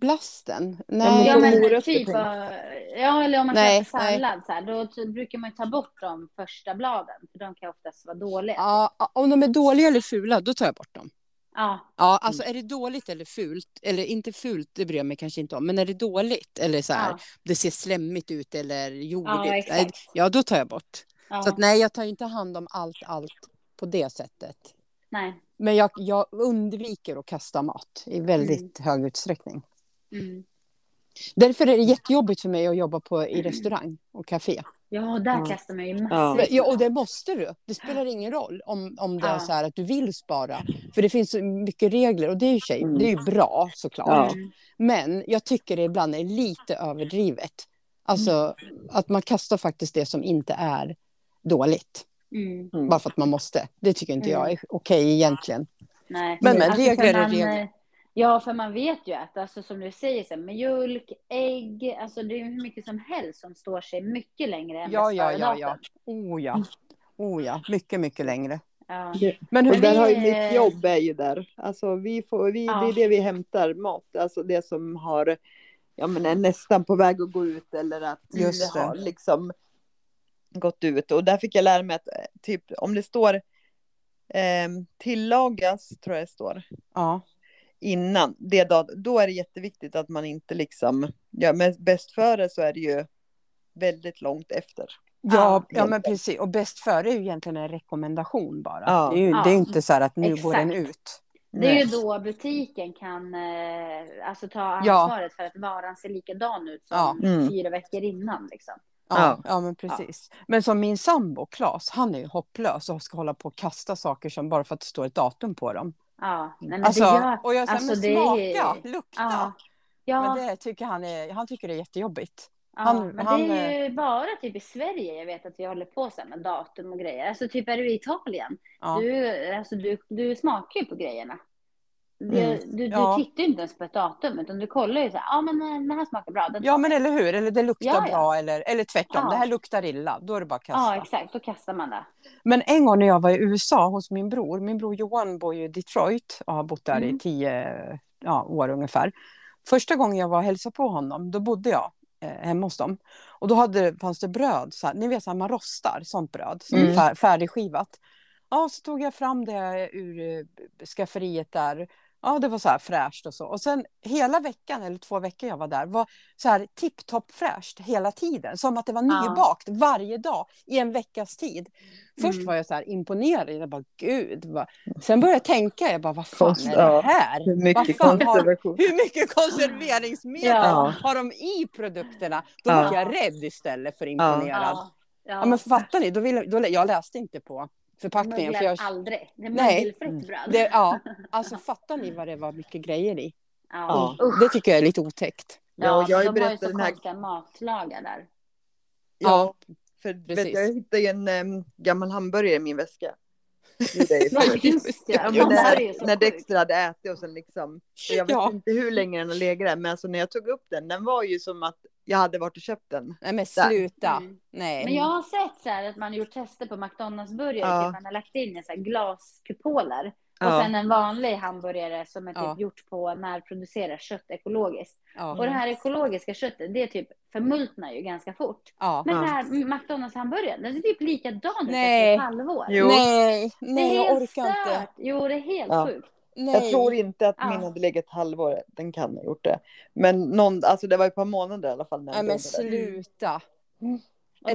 Speaker 3: Blasten?
Speaker 2: men
Speaker 3: Nej,
Speaker 1: Ja
Speaker 2: på
Speaker 1: men
Speaker 2: morötter
Speaker 1: typ,
Speaker 2: tänker
Speaker 1: eh, ja eller om man
Speaker 3: Nej,
Speaker 1: köper sallad så här, då t- brukar man ju ta bort de första bladen för de kan oftast vara dåliga. Ja.
Speaker 3: ja, ja, om de är dåliga eller fula, då tar jag bort dem. Ja,
Speaker 1: Mm.
Speaker 3: alltså är det dåligt eller fult, eller inte fult, det bryr jag mig kanske inte om, men är det dåligt eller så här,
Speaker 1: ja,
Speaker 3: det ser slemmigt ut eller
Speaker 1: Ja,
Speaker 3: jordigt,
Speaker 1: exakt.
Speaker 3: ja då tar jag bort.
Speaker 1: ja,
Speaker 3: Så att, nej, jag tar ju inte hand om allt, allt på det sättet.
Speaker 1: nej.
Speaker 3: Men jag, jag undviker att kasta mat i väldigt hög utsträckning.
Speaker 1: Mm.
Speaker 3: Därför är det jättejobbigt för mig att jobba på, i restaurang och café.
Speaker 1: Ja, där
Speaker 2: Ja.
Speaker 1: kastar man ju
Speaker 2: Ja.
Speaker 1: massor.
Speaker 2: Men-
Speaker 3: Ja, och det måste du. Det spelar ingen roll om, om det är
Speaker 1: Ja.
Speaker 3: så här att du vill spara. För det finns så mycket regler och det är ju, tjej, det är ju bra såklart.
Speaker 2: Ja.
Speaker 1: Mm.
Speaker 3: Men jag tycker det ibland är lite överdrivet. Alltså att man kastar faktiskt det som inte är dåligt.
Speaker 1: Mm.
Speaker 3: Bara Mm. för att man måste. Det tycker inte jag är okej egentligen.
Speaker 1: Nej.
Speaker 3: Men- men
Speaker 1: Alltså,
Speaker 3: regler
Speaker 1: kan
Speaker 3: är
Speaker 1: man,
Speaker 3: regler.
Speaker 1: eh, Ja, för man vet ju att, alltså, som du säger, så här, mjölk, ägg, alltså det är ju hur mycket som helst som står sig mycket längre än
Speaker 3: Ja, ja, ja,
Speaker 1: bästföredatum.
Speaker 3: ja. Oh ja. Oh ja, mycket, mycket längre.
Speaker 1: ja.
Speaker 3: Men
Speaker 2: Och
Speaker 3: hur,
Speaker 2: där har ju
Speaker 1: vi-
Speaker 2: mitt jobb är ju där. Alltså vi får, vi, det
Speaker 1: Ja.
Speaker 2: är det vi hämtar mat, alltså det som har, ja men är nästan på väg att gå ut eller att
Speaker 3: Just det.
Speaker 2: har liksom gått ut. Och där fick jag lära mig att eh, typ om det står ehm, tillagas, tror jag det står,
Speaker 3: ja,
Speaker 2: innan det dag, då är det jätteviktigt att man inte liksom, ja men bäst före så är det ju väldigt långt efter.
Speaker 3: ja, ja,
Speaker 2: helt
Speaker 3: men
Speaker 2: rätt.
Speaker 3: precis. Och bäst före är ju egentligen en rekommendation bara.
Speaker 2: Ja.
Speaker 3: Det, är ju,
Speaker 1: Ja.
Speaker 3: det är inte så här att nu går den
Speaker 1: Exakt.
Speaker 3: ut.
Speaker 1: Det är
Speaker 2: Nej.
Speaker 1: ju då butiken kan eh, alltså, ta
Speaker 3: Ja.
Speaker 1: ansvaret för att varan ser likadan ut som
Speaker 2: Ja. Mm.
Speaker 1: fyra veckor innan. Liksom.
Speaker 3: Ja, ja.
Speaker 2: Ja.
Speaker 3: men precis. Men som min sambo Claes, han är ju hopplös och ska hålla på och kasta saker som bara för att det står ett datum på dem.
Speaker 1: Ja, nej, men
Speaker 3: Alltså,
Speaker 1: det gör...
Speaker 3: och jag säger,
Speaker 1: alltså,
Speaker 3: men
Speaker 1: det är-
Speaker 3: smaka, lukta.
Speaker 1: Ja, ja,
Speaker 3: Men det tycker han, är, han tycker det är jättejobbigt.
Speaker 1: ja,
Speaker 3: han-
Speaker 1: men
Speaker 3: han,
Speaker 1: det är ju bara typ i Sverige jag vet att vi håller på så här med datum och grejer. Alltså typ är du i Italien,
Speaker 3: Ja.
Speaker 1: du, alltså, du, du smakar ju på grejerna. Du, du, du
Speaker 3: Mm. Ja.
Speaker 1: tittar ju inte ens på ett datum utan du kollar ju så här, ja men eh, den här smakar bra. Den
Speaker 3: Ja
Speaker 1: tar
Speaker 3: men
Speaker 1: jag."
Speaker 3: eller hur, eller det luktar
Speaker 1: Ja, ja.
Speaker 3: bra eller, eller tvärtom,
Speaker 1: Ja.
Speaker 3: det här luktar illa, då är det bara att kasta.
Speaker 1: ja exakt, då kastar man det.
Speaker 3: Men en gång när jag var i USA hos min bror, min bror Johan bor ju i Detroit och har bott där i
Speaker 1: Mm.
Speaker 3: tio ja, år ungefär. Första gången jag var och hälsade på honom, då bodde jag eh, hemma hos dem. Och då hade, fanns det bröd, så här, ni vet så här, man rostar sånt bröd, som är
Speaker 2: Mm.
Speaker 3: fär, färdigskivat. Ja, så tog jag fram det ur eh, skafferiet där. Ja, det var så här fräscht och så. Och sen hela veckan, eller två veckor jag var där, var så här tipptopp fräscht hela tiden. Som att det var
Speaker 1: Ja.
Speaker 3: nybakt varje dag i en veckas tid. Först
Speaker 1: Mm.
Speaker 3: var jag så här imponerad. Jag bara, gud. Vad... Sen började jag tänka, jag bara, vad fan
Speaker 2: Kost,
Speaker 3: är
Speaker 2: ja.
Speaker 3: det här?
Speaker 2: Hur mycket
Speaker 3: Vad fan har-
Speaker 2: konservation.
Speaker 3: Hur mycket konserveringsmedel
Speaker 1: Ja.
Speaker 3: har de i produkterna? Då
Speaker 2: Ja.
Speaker 3: blev jag rädd istället för imponerad. Ja.
Speaker 1: ja.
Speaker 3: men fattar ni, då vill, då, lä- jag läste inte på förpackningen. För
Speaker 1: Möglar
Speaker 3: jag,
Speaker 1: aldrig. Det är
Speaker 3: Nej.
Speaker 1: mögelfritt bröd.
Speaker 3: det,
Speaker 1: <laughs>
Speaker 3: ja, alltså fattar ni vad det var mycket grejer i?
Speaker 1: Ja.
Speaker 2: Ja.
Speaker 1: Usch.
Speaker 3: Det tycker jag är lite otäckt.
Speaker 2: Ja, jag har ju
Speaker 1: de har ju
Speaker 2: berättat
Speaker 1: så
Speaker 2: den här-
Speaker 1: konstiga matlagar
Speaker 3: <laughs>
Speaker 1: där.
Speaker 3: Ja.
Speaker 2: Ja, för vet,
Speaker 3: precis.
Speaker 2: jag hittade ju en em, gammal hamburgare i min väska.
Speaker 1: <laughs>
Speaker 2: Det är det ju
Speaker 1: Ja,
Speaker 2: förut.
Speaker 1: just det.
Speaker 3: Ja,
Speaker 2: Ja,
Speaker 1: Ja,
Speaker 2: men
Speaker 1: det här är ju
Speaker 2: när,
Speaker 1: så
Speaker 2: när
Speaker 1: sjukt.
Speaker 2: Dexter hade ätit och sen liksom. Och jag vet
Speaker 3: Ja.
Speaker 2: inte hur länge den har legat där, men alltså när jag tog upp den, den var ju som att jag hade varit och köpt den.
Speaker 3: Nej men sluta.
Speaker 1: Mm.
Speaker 3: Nej.
Speaker 1: Men jag har sett så här att man har gjort tester på McDonalds-burgare.
Speaker 2: Ja.
Speaker 1: Typ man har lagt in i så här glaskupoler. Och
Speaker 2: Ja.
Speaker 1: sen en vanlig hamburgare som är typ
Speaker 3: Ja.
Speaker 1: gjort på närproducerat kött ekologiskt. Och
Speaker 3: ja.
Speaker 1: det här ekologiska köttet, det typ förmultnar ju ganska fort.
Speaker 3: Ja.
Speaker 1: Men
Speaker 2: Ja.
Speaker 1: den här McDonalds-hamburgaren, den ser typ likadan ut efter
Speaker 3: Nej.
Speaker 1: ett halvår.
Speaker 2: Jo.
Speaker 3: Nej,
Speaker 1: Det är
Speaker 3: nej jag
Speaker 1: helt
Speaker 3: orkar inte.
Speaker 1: stört. Jo, det är helt
Speaker 2: Ja.
Speaker 1: sjukt.
Speaker 3: Nej.
Speaker 2: Jag tror inte att
Speaker 1: Ja.
Speaker 2: min hade legat ett halvår, den kan ha gjort det. Men någon, alltså det var ett par månader i alla fall. När
Speaker 3: Nej
Speaker 2: den
Speaker 3: men
Speaker 2: låg där.
Speaker 1: Mm.
Speaker 3: sluta.
Speaker 1: Och
Speaker 3: Nej,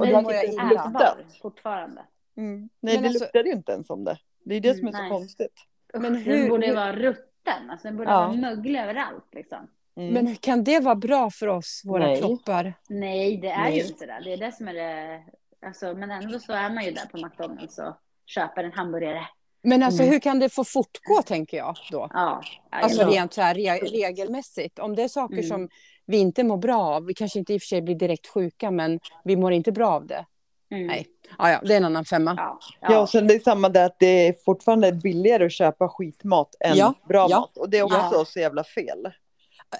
Speaker 1: den
Speaker 3: det
Speaker 1: är
Speaker 3: mår
Speaker 1: typ
Speaker 3: jag
Speaker 1: inte
Speaker 3: illa av.
Speaker 1: ätbar fortfarande.
Speaker 2: mm. Nej
Speaker 3: Men
Speaker 2: det
Speaker 3: alltså-
Speaker 2: luktade ju inte ens om det. Det är det som är
Speaker 1: Mm,
Speaker 2: så
Speaker 1: nej.
Speaker 2: konstigt.
Speaker 3: Men hur-
Speaker 1: den borde ju
Speaker 3: hur-
Speaker 1: vara rutten. Alltså, den borde
Speaker 2: Ja.
Speaker 1: vara möglig överallt. Liksom.
Speaker 2: Mm.
Speaker 3: Men kan det vara bra för oss, våra
Speaker 2: Nej.
Speaker 3: kroppar?
Speaker 1: Nej, det är
Speaker 2: Nej.
Speaker 1: ju inte det. Det är det som är det. Alltså, men ändå så är man ju där på McDonalds och köper en hamburgare.
Speaker 3: Men alltså
Speaker 2: Mm.
Speaker 3: hur kan det få fortgå tänker jag då?
Speaker 1: Ja, ja,
Speaker 3: Alltså
Speaker 1: ja.
Speaker 3: rent så här re regelmässigt. Om det är saker
Speaker 1: Mm.
Speaker 3: som vi inte mår bra av, vi kanske inte i och för sig blir direkt sjuka, men vi mår inte bra av det.
Speaker 1: Mm.
Speaker 3: nej. Ja, ja, det är en annan femma.
Speaker 1: Ja, ja.
Speaker 2: Ja. och sen det är samma där att det är fortfarande billigare att köpa skitmat än
Speaker 3: Ja,
Speaker 2: bra
Speaker 3: ja.
Speaker 2: mat. Och det är också
Speaker 1: Ja.
Speaker 2: så jävla fel.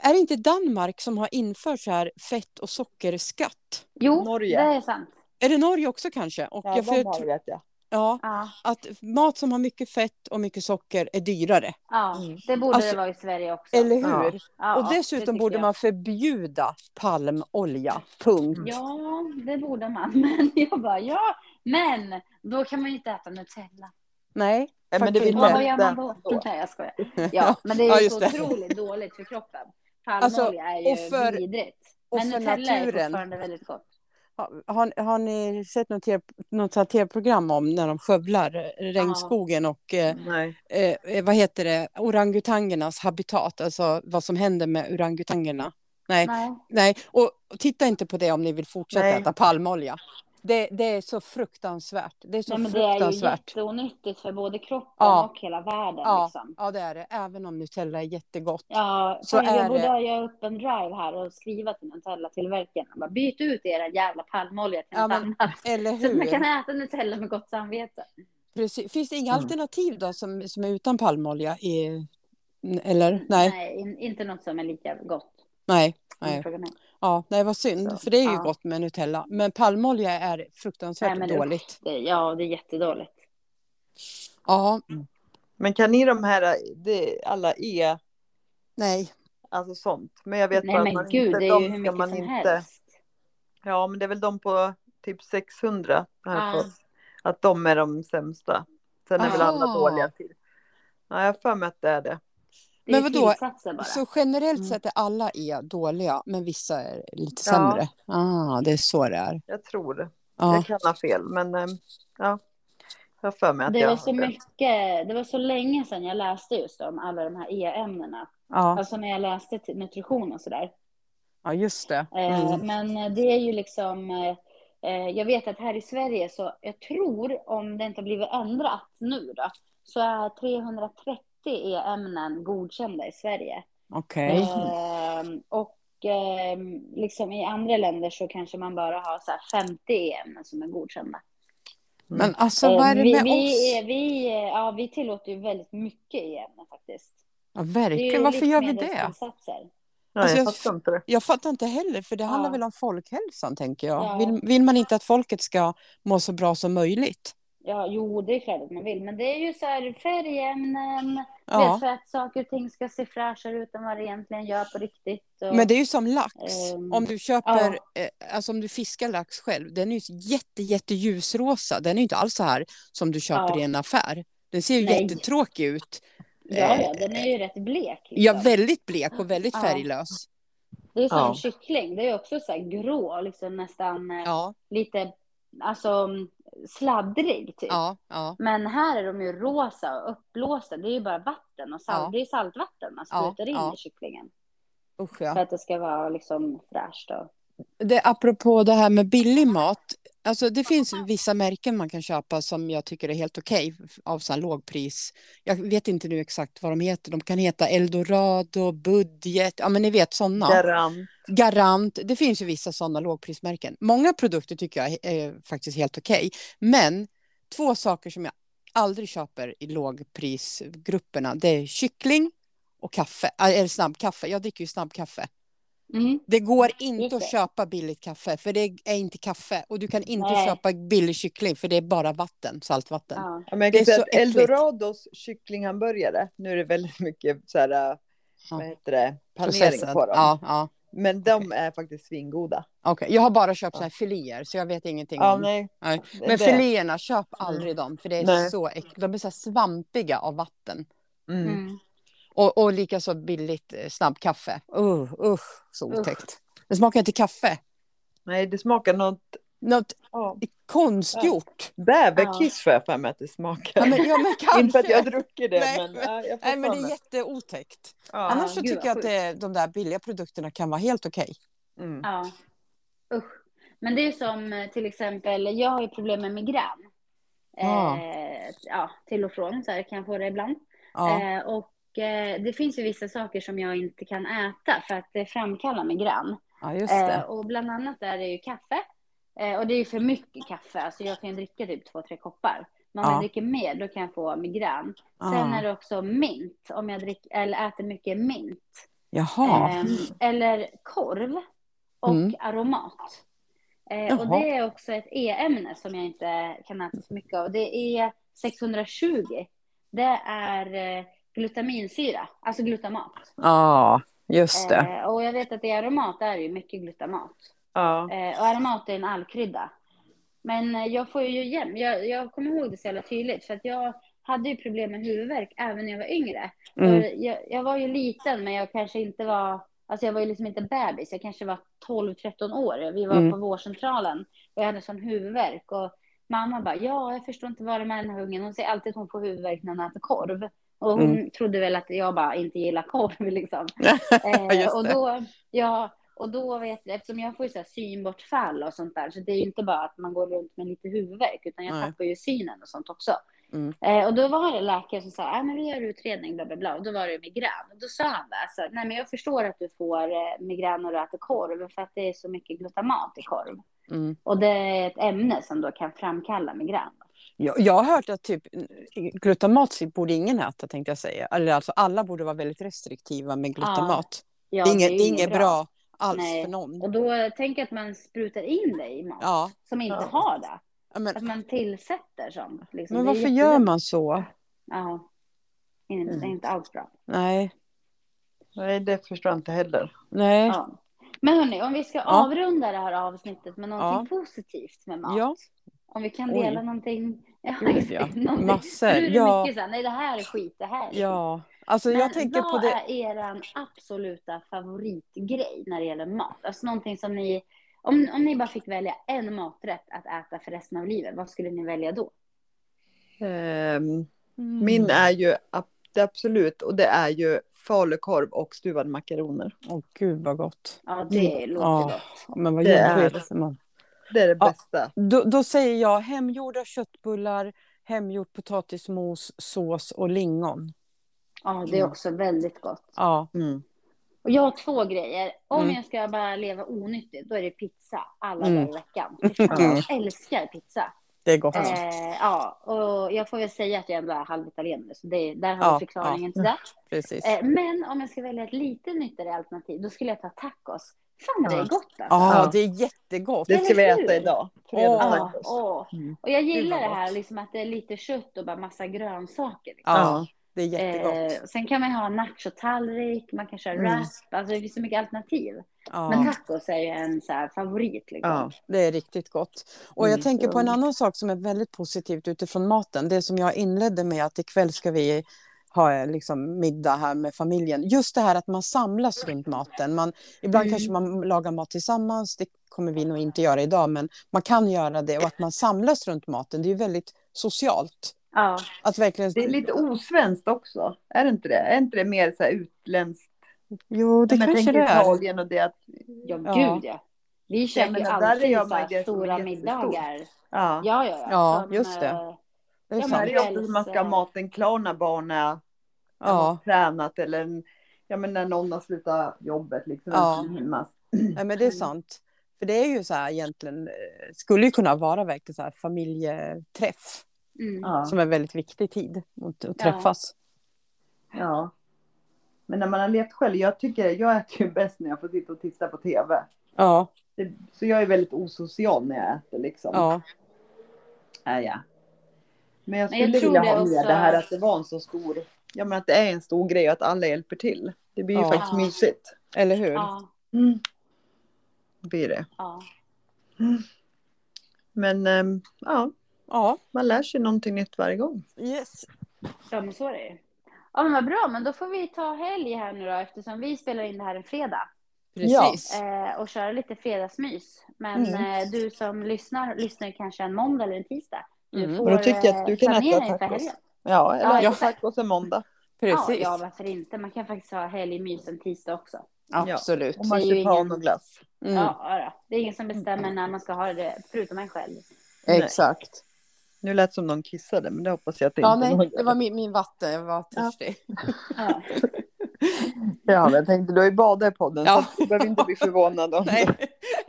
Speaker 3: Är det inte Danmark som har infört så här fett och sockerskatt?
Speaker 1: Jo,
Speaker 2: Norge.
Speaker 1: det är sant.
Speaker 3: Är det Norge också kanske? Och
Speaker 2: Ja,
Speaker 3: jag
Speaker 2: de
Speaker 3: för,
Speaker 2: har vet jag.
Speaker 3: ja,
Speaker 1: Ja,
Speaker 3: att mat som har mycket fett och mycket socker är dyrare.
Speaker 1: ja.
Speaker 2: Mm.
Speaker 1: det borde
Speaker 3: Alltså,
Speaker 1: det vara i Sverige också.
Speaker 3: Eller hur?
Speaker 2: Ja.
Speaker 1: Ja,
Speaker 3: Och
Speaker 1: det
Speaker 3: dessutom
Speaker 1: tycker
Speaker 3: borde
Speaker 1: jag.
Speaker 3: man förbjuda palmolja. Punkt.
Speaker 1: Ja, det borde man. <laughs> Men jag bara, ja, men då kan man ju inte äta Nutella.
Speaker 3: Nej.
Speaker 2: Nej, men det
Speaker 3: faktiskt
Speaker 2: vill
Speaker 1: Och
Speaker 2: man
Speaker 3: inte.
Speaker 1: vad gör man
Speaker 2: inte.
Speaker 1: då? Nej, jag skojar. Ja, men det
Speaker 3: Ja,
Speaker 1: är ju
Speaker 3: just
Speaker 1: så
Speaker 3: det.
Speaker 1: otroligt dåligt för kroppen.
Speaker 3: Alltså,
Speaker 1: Palmolja är ju
Speaker 3: och för-
Speaker 1: vidrigt.
Speaker 3: <laughs> och
Speaker 1: Men
Speaker 3: för
Speaker 1: Nutella är
Speaker 3: naturen.
Speaker 1: fortfarande väldigt gott.
Speaker 3: Har- Har, har ni sett något, te- något så här tv-program om när de skövlar eh, regnskogen och eh,
Speaker 2: Nej.
Speaker 3: eh, vad heter det, orangutangernas habitat, alltså vad som händer med orangutangerna? Nej,
Speaker 1: Nej.
Speaker 3: nej. och och titta inte på det om ni vill fortsätta
Speaker 2: Nej.
Speaker 3: äta palmolja. Det, det är så fruktansvärt. Det är så
Speaker 1: Nej, men det är ju
Speaker 3: fruktansvärt.
Speaker 1: jätteonyttigt för både kroppen
Speaker 3: Ja.
Speaker 1: och hela världen.
Speaker 3: Ja.
Speaker 1: Liksom.
Speaker 3: Ja, det är det. Även om Nutella är jättegott.
Speaker 1: Ja,
Speaker 3: Så
Speaker 1: så jag
Speaker 3: är
Speaker 1: borde
Speaker 3: det.
Speaker 1: göra upp en drive här och skriva till Nutella-tillverkarna. Bara, Byt ut er jävla palmolja till
Speaker 3: Ja,
Speaker 1: något
Speaker 3: men-
Speaker 1: annat. <laughs>
Speaker 3: Eller
Speaker 1: Så att man
Speaker 3: hur?
Speaker 1: kan äta Nutella med gott samvete.
Speaker 3: Precis. Finns det inga
Speaker 2: Mm.
Speaker 3: alternativ då som, som är utan palmolja i Eller? Nej, nej.
Speaker 1: in- inte något som är lika gott.
Speaker 3: nej.
Speaker 1: om du frågar mig.
Speaker 3: Ja, nej vad synd,
Speaker 1: Så,
Speaker 3: för det är ju
Speaker 1: ja.
Speaker 3: gott med Nutella. Men palmolja är fruktansvärt
Speaker 1: Nej, men usch.
Speaker 3: dåligt.
Speaker 1: Det, ja, det är jättedåligt.
Speaker 3: Ja,
Speaker 2: Men kan ni de här, det, alla E,
Speaker 3: nej.
Speaker 2: alltså sånt. Men jag vet bara
Speaker 1: Nej
Speaker 2: att
Speaker 1: men
Speaker 2: man
Speaker 1: gud,
Speaker 2: inte,
Speaker 1: det är
Speaker 2: de
Speaker 1: ju hur
Speaker 2: ska
Speaker 1: mycket
Speaker 2: man
Speaker 1: som
Speaker 2: inte-
Speaker 1: helst.
Speaker 2: Ja, men det är väl de på typ 600. Här
Speaker 1: Ja.
Speaker 2: på, att de är de sämsta. Sen är väl alla
Speaker 3: Aha.
Speaker 2: dåliga till. Ja, jag har för mig att det är det.
Speaker 1: Det är
Speaker 3: Men
Speaker 1: men
Speaker 3: vadå?
Speaker 1: tillsatser bara.
Speaker 3: Så generellt
Speaker 2: Mm.
Speaker 3: sett är alla E dåliga, men vissa är lite
Speaker 2: Ja.
Speaker 3: sämre. Ah, det är så det är.
Speaker 2: Jag tror det.
Speaker 3: Ja,
Speaker 2: Jag kan ha fel, men eh, ja. Jag har för mig att
Speaker 1: Det
Speaker 2: jag
Speaker 1: var
Speaker 2: har
Speaker 1: så
Speaker 2: det.
Speaker 1: mycket, det var så länge sedan jag läste just om alla de här E-ämnena.
Speaker 3: ja.
Speaker 1: Alltså när jag läste till nutrition och sådär.
Speaker 3: ja just det.
Speaker 1: Eh,
Speaker 3: Mm.
Speaker 1: Men det är ju liksom, eh, eh, jag vet att här i Sverige så, jag tror om det inte har blivit ändrat nu då, så är 330 E-ämnen godkända i Sverige.
Speaker 3: Okej.
Speaker 1: Ehm, och ehm, liksom i andra länder så kanske man bara har så här 50 ämnen som är godkända.
Speaker 3: Men alltså,
Speaker 1: Ehm,
Speaker 3: vad är det
Speaker 1: vi,
Speaker 3: med
Speaker 1: vi,
Speaker 3: oss?
Speaker 1: är- vi, eh, ja, vi tillåter ju väldigt mycket i ämnen faktiskt.
Speaker 3: Ja,
Speaker 1: Det är ju
Speaker 3: verkligen, varför gör vi det?
Speaker 1: livsmedelstillsatser.
Speaker 2: Nej,
Speaker 3: alltså,
Speaker 2: jag
Speaker 3: jag-
Speaker 2: fattar inte det.
Speaker 3: Jag fattar inte heller, för det
Speaker 1: Ja.
Speaker 3: handlar väl om folkhälsan, tänker jag.
Speaker 1: Ja.
Speaker 3: Vill, vill man inte att folket ska må så bra som möjligt?
Speaker 1: Ja, jo, det är klart att man vill, men det är ju så här färgämnen,
Speaker 3: Ja.
Speaker 1: vet för att saker och ting ska se fräschare ut än vad det egentligen gör på riktigt. Och,
Speaker 3: Men det är ju som lax.
Speaker 1: Ehm,
Speaker 3: om du köper, eh, alltså om du fiskar lax själv, den är ju jätte, jätte ljusrosa. Den är ju inte alls så här som du köper
Speaker 1: Ja.
Speaker 3: i en affär. Den ser ju
Speaker 1: Nej.
Speaker 3: jättetråkig ut.
Speaker 1: ja, ja,
Speaker 3: eh,
Speaker 1: den är ju rätt blek.
Speaker 3: Ja,
Speaker 1: liksom.
Speaker 3: väldigt blek och väldigt
Speaker 1: Ja.
Speaker 3: färglös.
Speaker 1: Det är som
Speaker 2: Ja.
Speaker 1: en kyckling, det är också så här grå, liksom nästan eh,
Speaker 3: Ja,
Speaker 1: lite alltså, mm, sladdrig typ.
Speaker 3: ja, ja.
Speaker 1: Men här är de ju rosa och uppblåsta, det är ju bara vatten och salt,
Speaker 3: Ja.
Speaker 1: det är saltvatten man
Speaker 3: Ja,
Speaker 1: sprutar in
Speaker 3: ja.
Speaker 1: i kycklingen.
Speaker 3: Usch
Speaker 1: För
Speaker 3: ja.
Speaker 1: att det ska vara liksom fräscht och...
Speaker 3: Det, apropå det här med billig mat. Alltså det finns vissa märken man kan köpa som jag tycker är helt okej av sån här lågpris. Jag vet inte nu exakt vad de heter. De kan heta Eldorado, Budget, ja men ni vet sådana.
Speaker 2: Garant.
Speaker 3: Garant, det finns ju vissa sådana lågprismärken. Många produkter tycker jag är faktiskt helt okej. Men två saker som jag aldrig köper i lågprisgrupperna, det är kyckling och kaffe. Ah, Eller snabbkaffe, jag dricker ju snabbkaffe.
Speaker 1: Mm.
Speaker 3: Det går
Speaker 1: Just
Speaker 3: inte
Speaker 1: det.
Speaker 3: att köpa billigt kaffe, för det är inte kaffe. Och du kan inte
Speaker 1: Nej.
Speaker 3: köpa billig kyckling, för det är bara vatten, saltvatten.
Speaker 1: Ja.
Speaker 2: Ja, men jag
Speaker 3: Det
Speaker 2: kan
Speaker 3: är
Speaker 2: säga
Speaker 3: så
Speaker 2: att
Speaker 3: äckligt.
Speaker 2: Eldorados kycklinghamburgare, nu är det väldigt mycket så här, eh, vad heter det, panering
Speaker 3: Processen.
Speaker 2: på dem.
Speaker 3: Ja, ja.
Speaker 2: Men de är faktiskt svingoda.
Speaker 3: Okej. Jag har bara köpt såna här filéer, så jag vet ingenting
Speaker 2: Ja,
Speaker 3: om
Speaker 2: nej.
Speaker 3: Nej,
Speaker 2: det-
Speaker 3: Men
Speaker 2: det-
Speaker 3: filéerna, köp aldrig dem för det är
Speaker 2: Nej.
Speaker 3: så äckligt. De är så här svampiga av vatten.
Speaker 2: Mm.
Speaker 1: Mm.
Speaker 3: Och, och likaså billigt eh, snabbkaffe. Uh, usch, så
Speaker 1: Usch.
Speaker 3: otäckt. Det smakar inte kaffe.
Speaker 2: Nej, det smakar något
Speaker 3: Något
Speaker 2: ja,
Speaker 3: konstgjort.
Speaker 2: bäverkiss får jag för mig att det smakar.
Speaker 3: Ja, men, ja,
Speaker 2: <laughs>
Speaker 3: men
Speaker 2: Inte för att jag har
Speaker 3: kanske.
Speaker 2: druckit det,
Speaker 3: Nej,
Speaker 2: men ja, jag får
Speaker 3: Nej, men
Speaker 2: för
Speaker 3: det är
Speaker 2: mig.
Speaker 3: jätteotäckt.
Speaker 2: Ja.
Speaker 3: Annars så
Speaker 1: gud,
Speaker 3: tycker
Speaker 1: vad
Speaker 3: jag att det, de där billiga produkterna kan vara helt okej.
Speaker 2: Mm.
Speaker 1: Ja. Usch. Men det är som eh, till exempel, jag har ju problem med migrän.
Speaker 3: Ja.
Speaker 1: Eh, ja, till och från så här kan jag få det ibland.
Speaker 3: Ja.
Speaker 1: Eh, och eh, det finns ju vissa saker som jag inte kan äta för att det framkallar migrän.
Speaker 3: ja, just
Speaker 1: Eh,
Speaker 3: det.
Speaker 1: och bland annat är det ju kaffe. Eh, och det är ju för mycket kaffe, alltså jag kan ju dricka typ två, tre koppar. Men om
Speaker 3: Ja.
Speaker 1: jag dricker mer, då kan jag få migrän. Sen är
Speaker 3: Ja.
Speaker 1: det också mint, om jag drick, eller äter mycket mint.
Speaker 3: Jaha.
Speaker 1: Ehm, eller korv och
Speaker 3: Mm.
Speaker 1: aromat. Eh, och
Speaker 3: Jaha.
Speaker 1: det är också ett E-ämne som jag inte kan äta så mycket av. Det är 620. Det är eh, glutaminsyra, alltså glutamat.
Speaker 3: Ja, just det.
Speaker 1: Eh, och jag vet att i aromat är det ju mycket glutamat.
Speaker 2: Ja.
Speaker 1: Eh, och aromat är en allkrydda. Men eh, jag får ju jäm, jag, jag kommer ihåg det så jävla tydligt för att jag hade ju problem med huvudvärk även när jag var yngre.
Speaker 3: <laughs> Mm.
Speaker 1: Och Jag, jag var ju liten, men jag kanske inte var... Alltså jag var ju liksom inte bebis. Jag kanske var 12-13 år. Vi var
Speaker 3: Mm.
Speaker 1: på vårdcentralen och jag hade sån huvudvärk. Och mamma bara, ja, jag förstår inte vad det är med den här ungen. Hon säger alltid att hon får huvudvärk när hon äter korv. Och hon
Speaker 3: Mm.
Speaker 1: trodde väl att jag bara inte gillar korv <laughs> liksom. Eh,
Speaker 3: Just
Speaker 1: och
Speaker 3: det.
Speaker 1: då, ja, och då vet jag, eftersom jag får ju så här synbortfall och sånt där, så det är ju inte bara att man går runt med lite huvudvärk, utan jag
Speaker 3: Nej.
Speaker 1: tappar ju synen och sånt också.
Speaker 3: Mm.
Speaker 1: Eh, och då var det läkare som sa, ah, men vi gör utredning, bla bla bla, och då var det migrän. Och då sa han det, så, nej men jag förstår att du får eh, migrän när du äter korv, för att det är så mycket glutamat i korv.
Speaker 3: Mm.
Speaker 1: Och det är ett ämne som då kan framkalla migrän.
Speaker 3: Jag, jag har hört att typ glutamat borde ingen äta tänkte jag säga. Eller alltså alla borde vara väldigt restriktiva med glutamat.
Speaker 1: Ja,
Speaker 3: det är inget,
Speaker 1: ju
Speaker 3: inget bra. alls
Speaker 1: Nej.
Speaker 3: för någon.
Speaker 1: Och då eh, tänker jag att man sprutar in det i mat
Speaker 3: Ja,
Speaker 1: som inte
Speaker 2: Ja.
Speaker 1: har det.
Speaker 3: ja, men,
Speaker 1: Att man tillsätter sånt. Liksom.
Speaker 3: men
Speaker 1: Det är
Speaker 3: varför
Speaker 1: jätte-
Speaker 3: gör man så?
Speaker 1: Ja. In,
Speaker 2: Mm.
Speaker 1: Inte alls bra.
Speaker 3: Nej,
Speaker 2: Nej, det förstår jag inte heller.
Speaker 3: nej.
Speaker 1: Ja. Men hörni, om vi ska
Speaker 3: Ja.
Speaker 1: avrunda det här avsnittet med någonting positivt med mat.
Speaker 3: Ja.
Speaker 1: Om vi kan
Speaker 3: Oj.
Speaker 1: dela någonting. Ja,
Speaker 3: Gud,
Speaker 1: exakt,
Speaker 3: ja.
Speaker 1: någonting.
Speaker 3: Massor,
Speaker 1: Nu är det
Speaker 3: ja.
Speaker 1: mycket så här, nej det här är skit, det här är skit.
Speaker 3: Ja, alltså
Speaker 1: Men
Speaker 3: jag tänker
Speaker 1: vad
Speaker 3: på det.
Speaker 1: är er absoluta favoritgrej när det gäller mat? Alltså någonting som ni, om, om ni bara fick välja en maträtt att äta för resten av livet, vad skulle ni välja då?
Speaker 2: Ehm,
Speaker 3: Mm.
Speaker 2: Min är ju ab- det absolut, och det är ju falukorv och stuvade makaroner.
Speaker 3: Åh gud vad gott.
Speaker 1: Ja, det låter
Speaker 3: Mm. Ja.
Speaker 1: gott.
Speaker 3: Men vad
Speaker 2: Det är-
Speaker 3: jobbigt. Man-
Speaker 2: Det är det
Speaker 3: Ja.
Speaker 2: bästa.
Speaker 3: Då, då säger jag hemgjorda köttbullar, hemgjord potatismos, sås och lingon.
Speaker 1: Ja, det är
Speaker 3: Mm.
Speaker 1: också väldigt gott.
Speaker 3: Ja,
Speaker 2: Mm.
Speaker 1: Och jag har två grejer. Om
Speaker 3: Mm.
Speaker 1: jag ska bara leva onyttigt, då är det pizza alla
Speaker 3: Mm.
Speaker 1: dagar i veckan. Fy fan,
Speaker 2: Mm.
Speaker 1: Jag älskar pizza.
Speaker 3: det är gott.
Speaker 1: Eh, ja, och jag får väl säga att jag ändå är halvitalienare, så det, där har
Speaker 3: Ja,
Speaker 1: vi förklaringen till det.
Speaker 3: Precis.
Speaker 1: Eh, Men om jag ska välja ett lite nyttigare alternativ, då skulle jag ta tacos. Fan vad det
Speaker 2: Ja.
Speaker 1: är gott alltså.
Speaker 3: Ja,
Speaker 2: Ja.
Speaker 3: det är jättegott.
Speaker 2: Det ska vi
Speaker 1: Eller hur?
Speaker 2: äta idag.
Speaker 1: Ja,
Speaker 2: Fredagstacos.
Speaker 1: åh.
Speaker 2: Mm.
Speaker 1: Och jag gillar
Speaker 3: Gud, vad
Speaker 1: det här
Speaker 3: gott.
Speaker 1: liksom att det är lite kött och bara massa grönsaker. Liksom.
Speaker 3: Ja, det är jättegott.
Speaker 1: Eh, sen kan man ju ha nachotallrik, man kan köra
Speaker 2: Mm.
Speaker 1: wrap, alltså det finns så mycket alternativ. Men
Speaker 3: Ja,
Speaker 1: tacos är ju en så här favorit liksom.
Speaker 2: Ja.
Speaker 3: det är riktigt gott. Och jag
Speaker 2: Mm.
Speaker 3: tänker på en annan sak som är väldigt positivt utifrån maten. Det som jag inledde med att ikväll ska vi ha eh, liksom, middag här med familjen. Just det här att man samlas runt maten. Man, ibland
Speaker 1: Mm.
Speaker 3: kanske man lagar mat tillsammans. Det kommer vi nog inte göra idag, men man kan göra det. Och att man samlas runt maten, det är ju väldigt socialt.
Speaker 1: Ja,
Speaker 3: Att verkligen...
Speaker 2: Det är lite osvenskt också. Är det inte det? Är inte det mer så här utländskt?
Speaker 3: Jo, det
Speaker 2: Men jag
Speaker 3: kanske
Speaker 2: tänker
Speaker 3: det är.
Speaker 2: Italien och det att...
Speaker 1: ja
Speaker 3: Ja.
Speaker 1: gud ja. Vi käkar ju
Speaker 2: menar, där
Speaker 1: alltid
Speaker 2: gör
Speaker 1: så
Speaker 2: man ju
Speaker 1: här
Speaker 2: det som är
Speaker 1: stora
Speaker 2: jättestort.
Speaker 1: middagar.
Speaker 2: Ja.
Speaker 1: Ja, ja, ja.
Speaker 3: Ja,
Speaker 1: Som,
Speaker 3: just det.
Speaker 1: eh,
Speaker 3: Det är
Speaker 1: Ja,
Speaker 2: Det här
Speaker 3: sant.
Speaker 2: är ju ofta som man ska ha maten klar när barn är när man
Speaker 3: Ja,
Speaker 2: har tränat eller en- ja, men när någon har slutat jobbet. Liksom,
Speaker 3: Ja.
Speaker 2: och är hemma.
Speaker 3: nej, men det
Speaker 1: Mm.
Speaker 3: är sant. För det är ju så här egentligen, eh, skulle ju kunna vara verkligen så här familjeträff.
Speaker 1: Mm.
Speaker 2: Ja,
Speaker 3: som är väldigt viktig tid att, att
Speaker 1: Ja.
Speaker 3: träffas.
Speaker 2: ja. Men när man har levt själv, jag tycker jag äter ju bäst när jag får sitta och titta på tv.
Speaker 3: Ja,
Speaker 2: Det, så jag är väldigt osocial när jag äter liksom.
Speaker 3: ja,
Speaker 2: Ja, ja. Men jag
Speaker 1: Men jag
Speaker 2: skulle
Speaker 1: tror
Speaker 2: vilja
Speaker 1: det
Speaker 2: ha
Speaker 1: också-
Speaker 2: med det här att det var en så stor, ja men att det är en stor grej och att alla hjälper till. Det blir ju
Speaker 3: Ja.
Speaker 2: faktiskt mysigt.
Speaker 3: eller hur?
Speaker 1: ja,
Speaker 2: Mm. Det blir det.
Speaker 1: ja.
Speaker 2: Men ehm, ja,
Speaker 3: Ja,
Speaker 2: man lär sig någonting nytt varje gång.
Speaker 3: yes.
Speaker 1: Ja, men så är det ju. Ja, men vad bra. Men då får vi ta helg här nu då, eftersom vi spelar in det här en fredag.
Speaker 3: Precis.
Speaker 1: Eh, och köra lite fredagsmys. Men eh, du som lyssnar, lyssnar ju kanske en måndag eller en tisdag. Du
Speaker 3: Mm.
Speaker 1: får
Speaker 2: Och då tycker jag att
Speaker 1: eh,
Speaker 2: du kan
Speaker 1: planera
Speaker 2: äta
Speaker 1: inför
Speaker 2: tacos.
Speaker 1: helgen.
Speaker 2: Ja, eller
Speaker 1: Ja,
Speaker 2: ja,
Speaker 1: exakt.
Speaker 2: tacos en måndag.
Speaker 1: Ja,
Speaker 3: Precis.
Speaker 1: ja, varför inte? Man kan faktiskt ha helgmys en tisdag också.
Speaker 3: Absolut.
Speaker 2: Och
Speaker 1: Det är ju ingen-
Speaker 2: marsipan och glass.
Speaker 3: Mm,
Speaker 1: Ja, ja, då. det är ingen som bestämmer när man ska ha det, förutom en själv.
Speaker 3: Exakt.
Speaker 2: Nu lät det som någon kissade, men det hoppas jag att det
Speaker 3: Ja,
Speaker 2: inte
Speaker 3: nej,
Speaker 2: någon
Speaker 3: det var min, min vatten. Jag var törstig.
Speaker 1: Ja.
Speaker 2: Ja, men jag tänkte, du har ju badat i podden,
Speaker 3: Ja.
Speaker 2: så du behöver inte bli förvånad <laughs> om
Speaker 3: <laughs> Nej,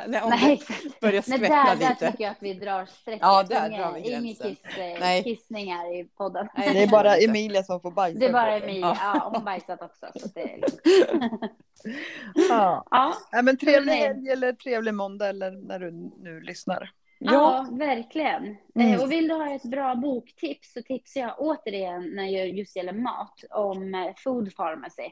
Speaker 3: nej,
Speaker 1: <laughs>
Speaker 3: om
Speaker 1: Nej,
Speaker 3: nej.
Speaker 1: exakt.
Speaker 3: börjar
Speaker 1: Men
Speaker 3: skvätta
Speaker 1: där, där
Speaker 3: lite.
Speaker 1: tycker jag att vi drar strecket.
Speaker 3: Ja, där
Speaker 1: Inga-
Speaker 3: drar vi gränsen.
Speaker 1: Inga kiss, eh,
Speaker 3: Nej.
Speaker 1: kissningar i podden.
Speaker 3: Nej,
Speaker 2: Det är bara Emilia som får bajsa.
Speaker 1: Det är bara
Speaker 2: på dig.
Speaker 1: Emilia. Ja, hon har bajsat också. Så det är lugnt.
Speaker 2: Ja.
Speaker 1: ja,
Speaker 2: Nej, men trevlig
Speaker 1: Nej.
Speaker 2: helg eller trevlig måndag eller när du nu lyssnar.
Speaker 1: ja.
Speaker 3: Ja,
Speaker 1: verkligen.
Speaker 2: Mm.
Speaker 1: Eh, Och vill du ha ett bra boktips så tipsar jag återigen när det just gäller mat om eh, Food Pharmacy.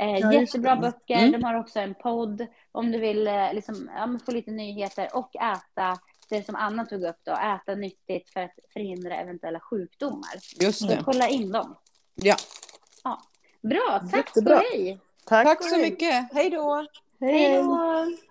Speaker 1: Eh,
Speaker 2: Ja, just
Speaker 1: jättebra
Speaker 2: det.
Speaker 1: böcker.
Speaker 3: Mm.
Speaker 1: De har också en podd om du vill eh, liksom, ja, men få lite nyheter och äta det som Anna tog upp då, äta nyttigt för att förhindra eventuella sjukdomar.
Speaker 3: just
Speaker 1: Så
Speaker 3: det.
Speaker 1: kolla in dem.
Speaker 3: Ja.
Speaker 1: Bra, tack och
Speaker 2: Jättebra.
Speaker 1: hej.
Speaker 3: Tack så mycket. Hej då.
Speaker 1: Hej då.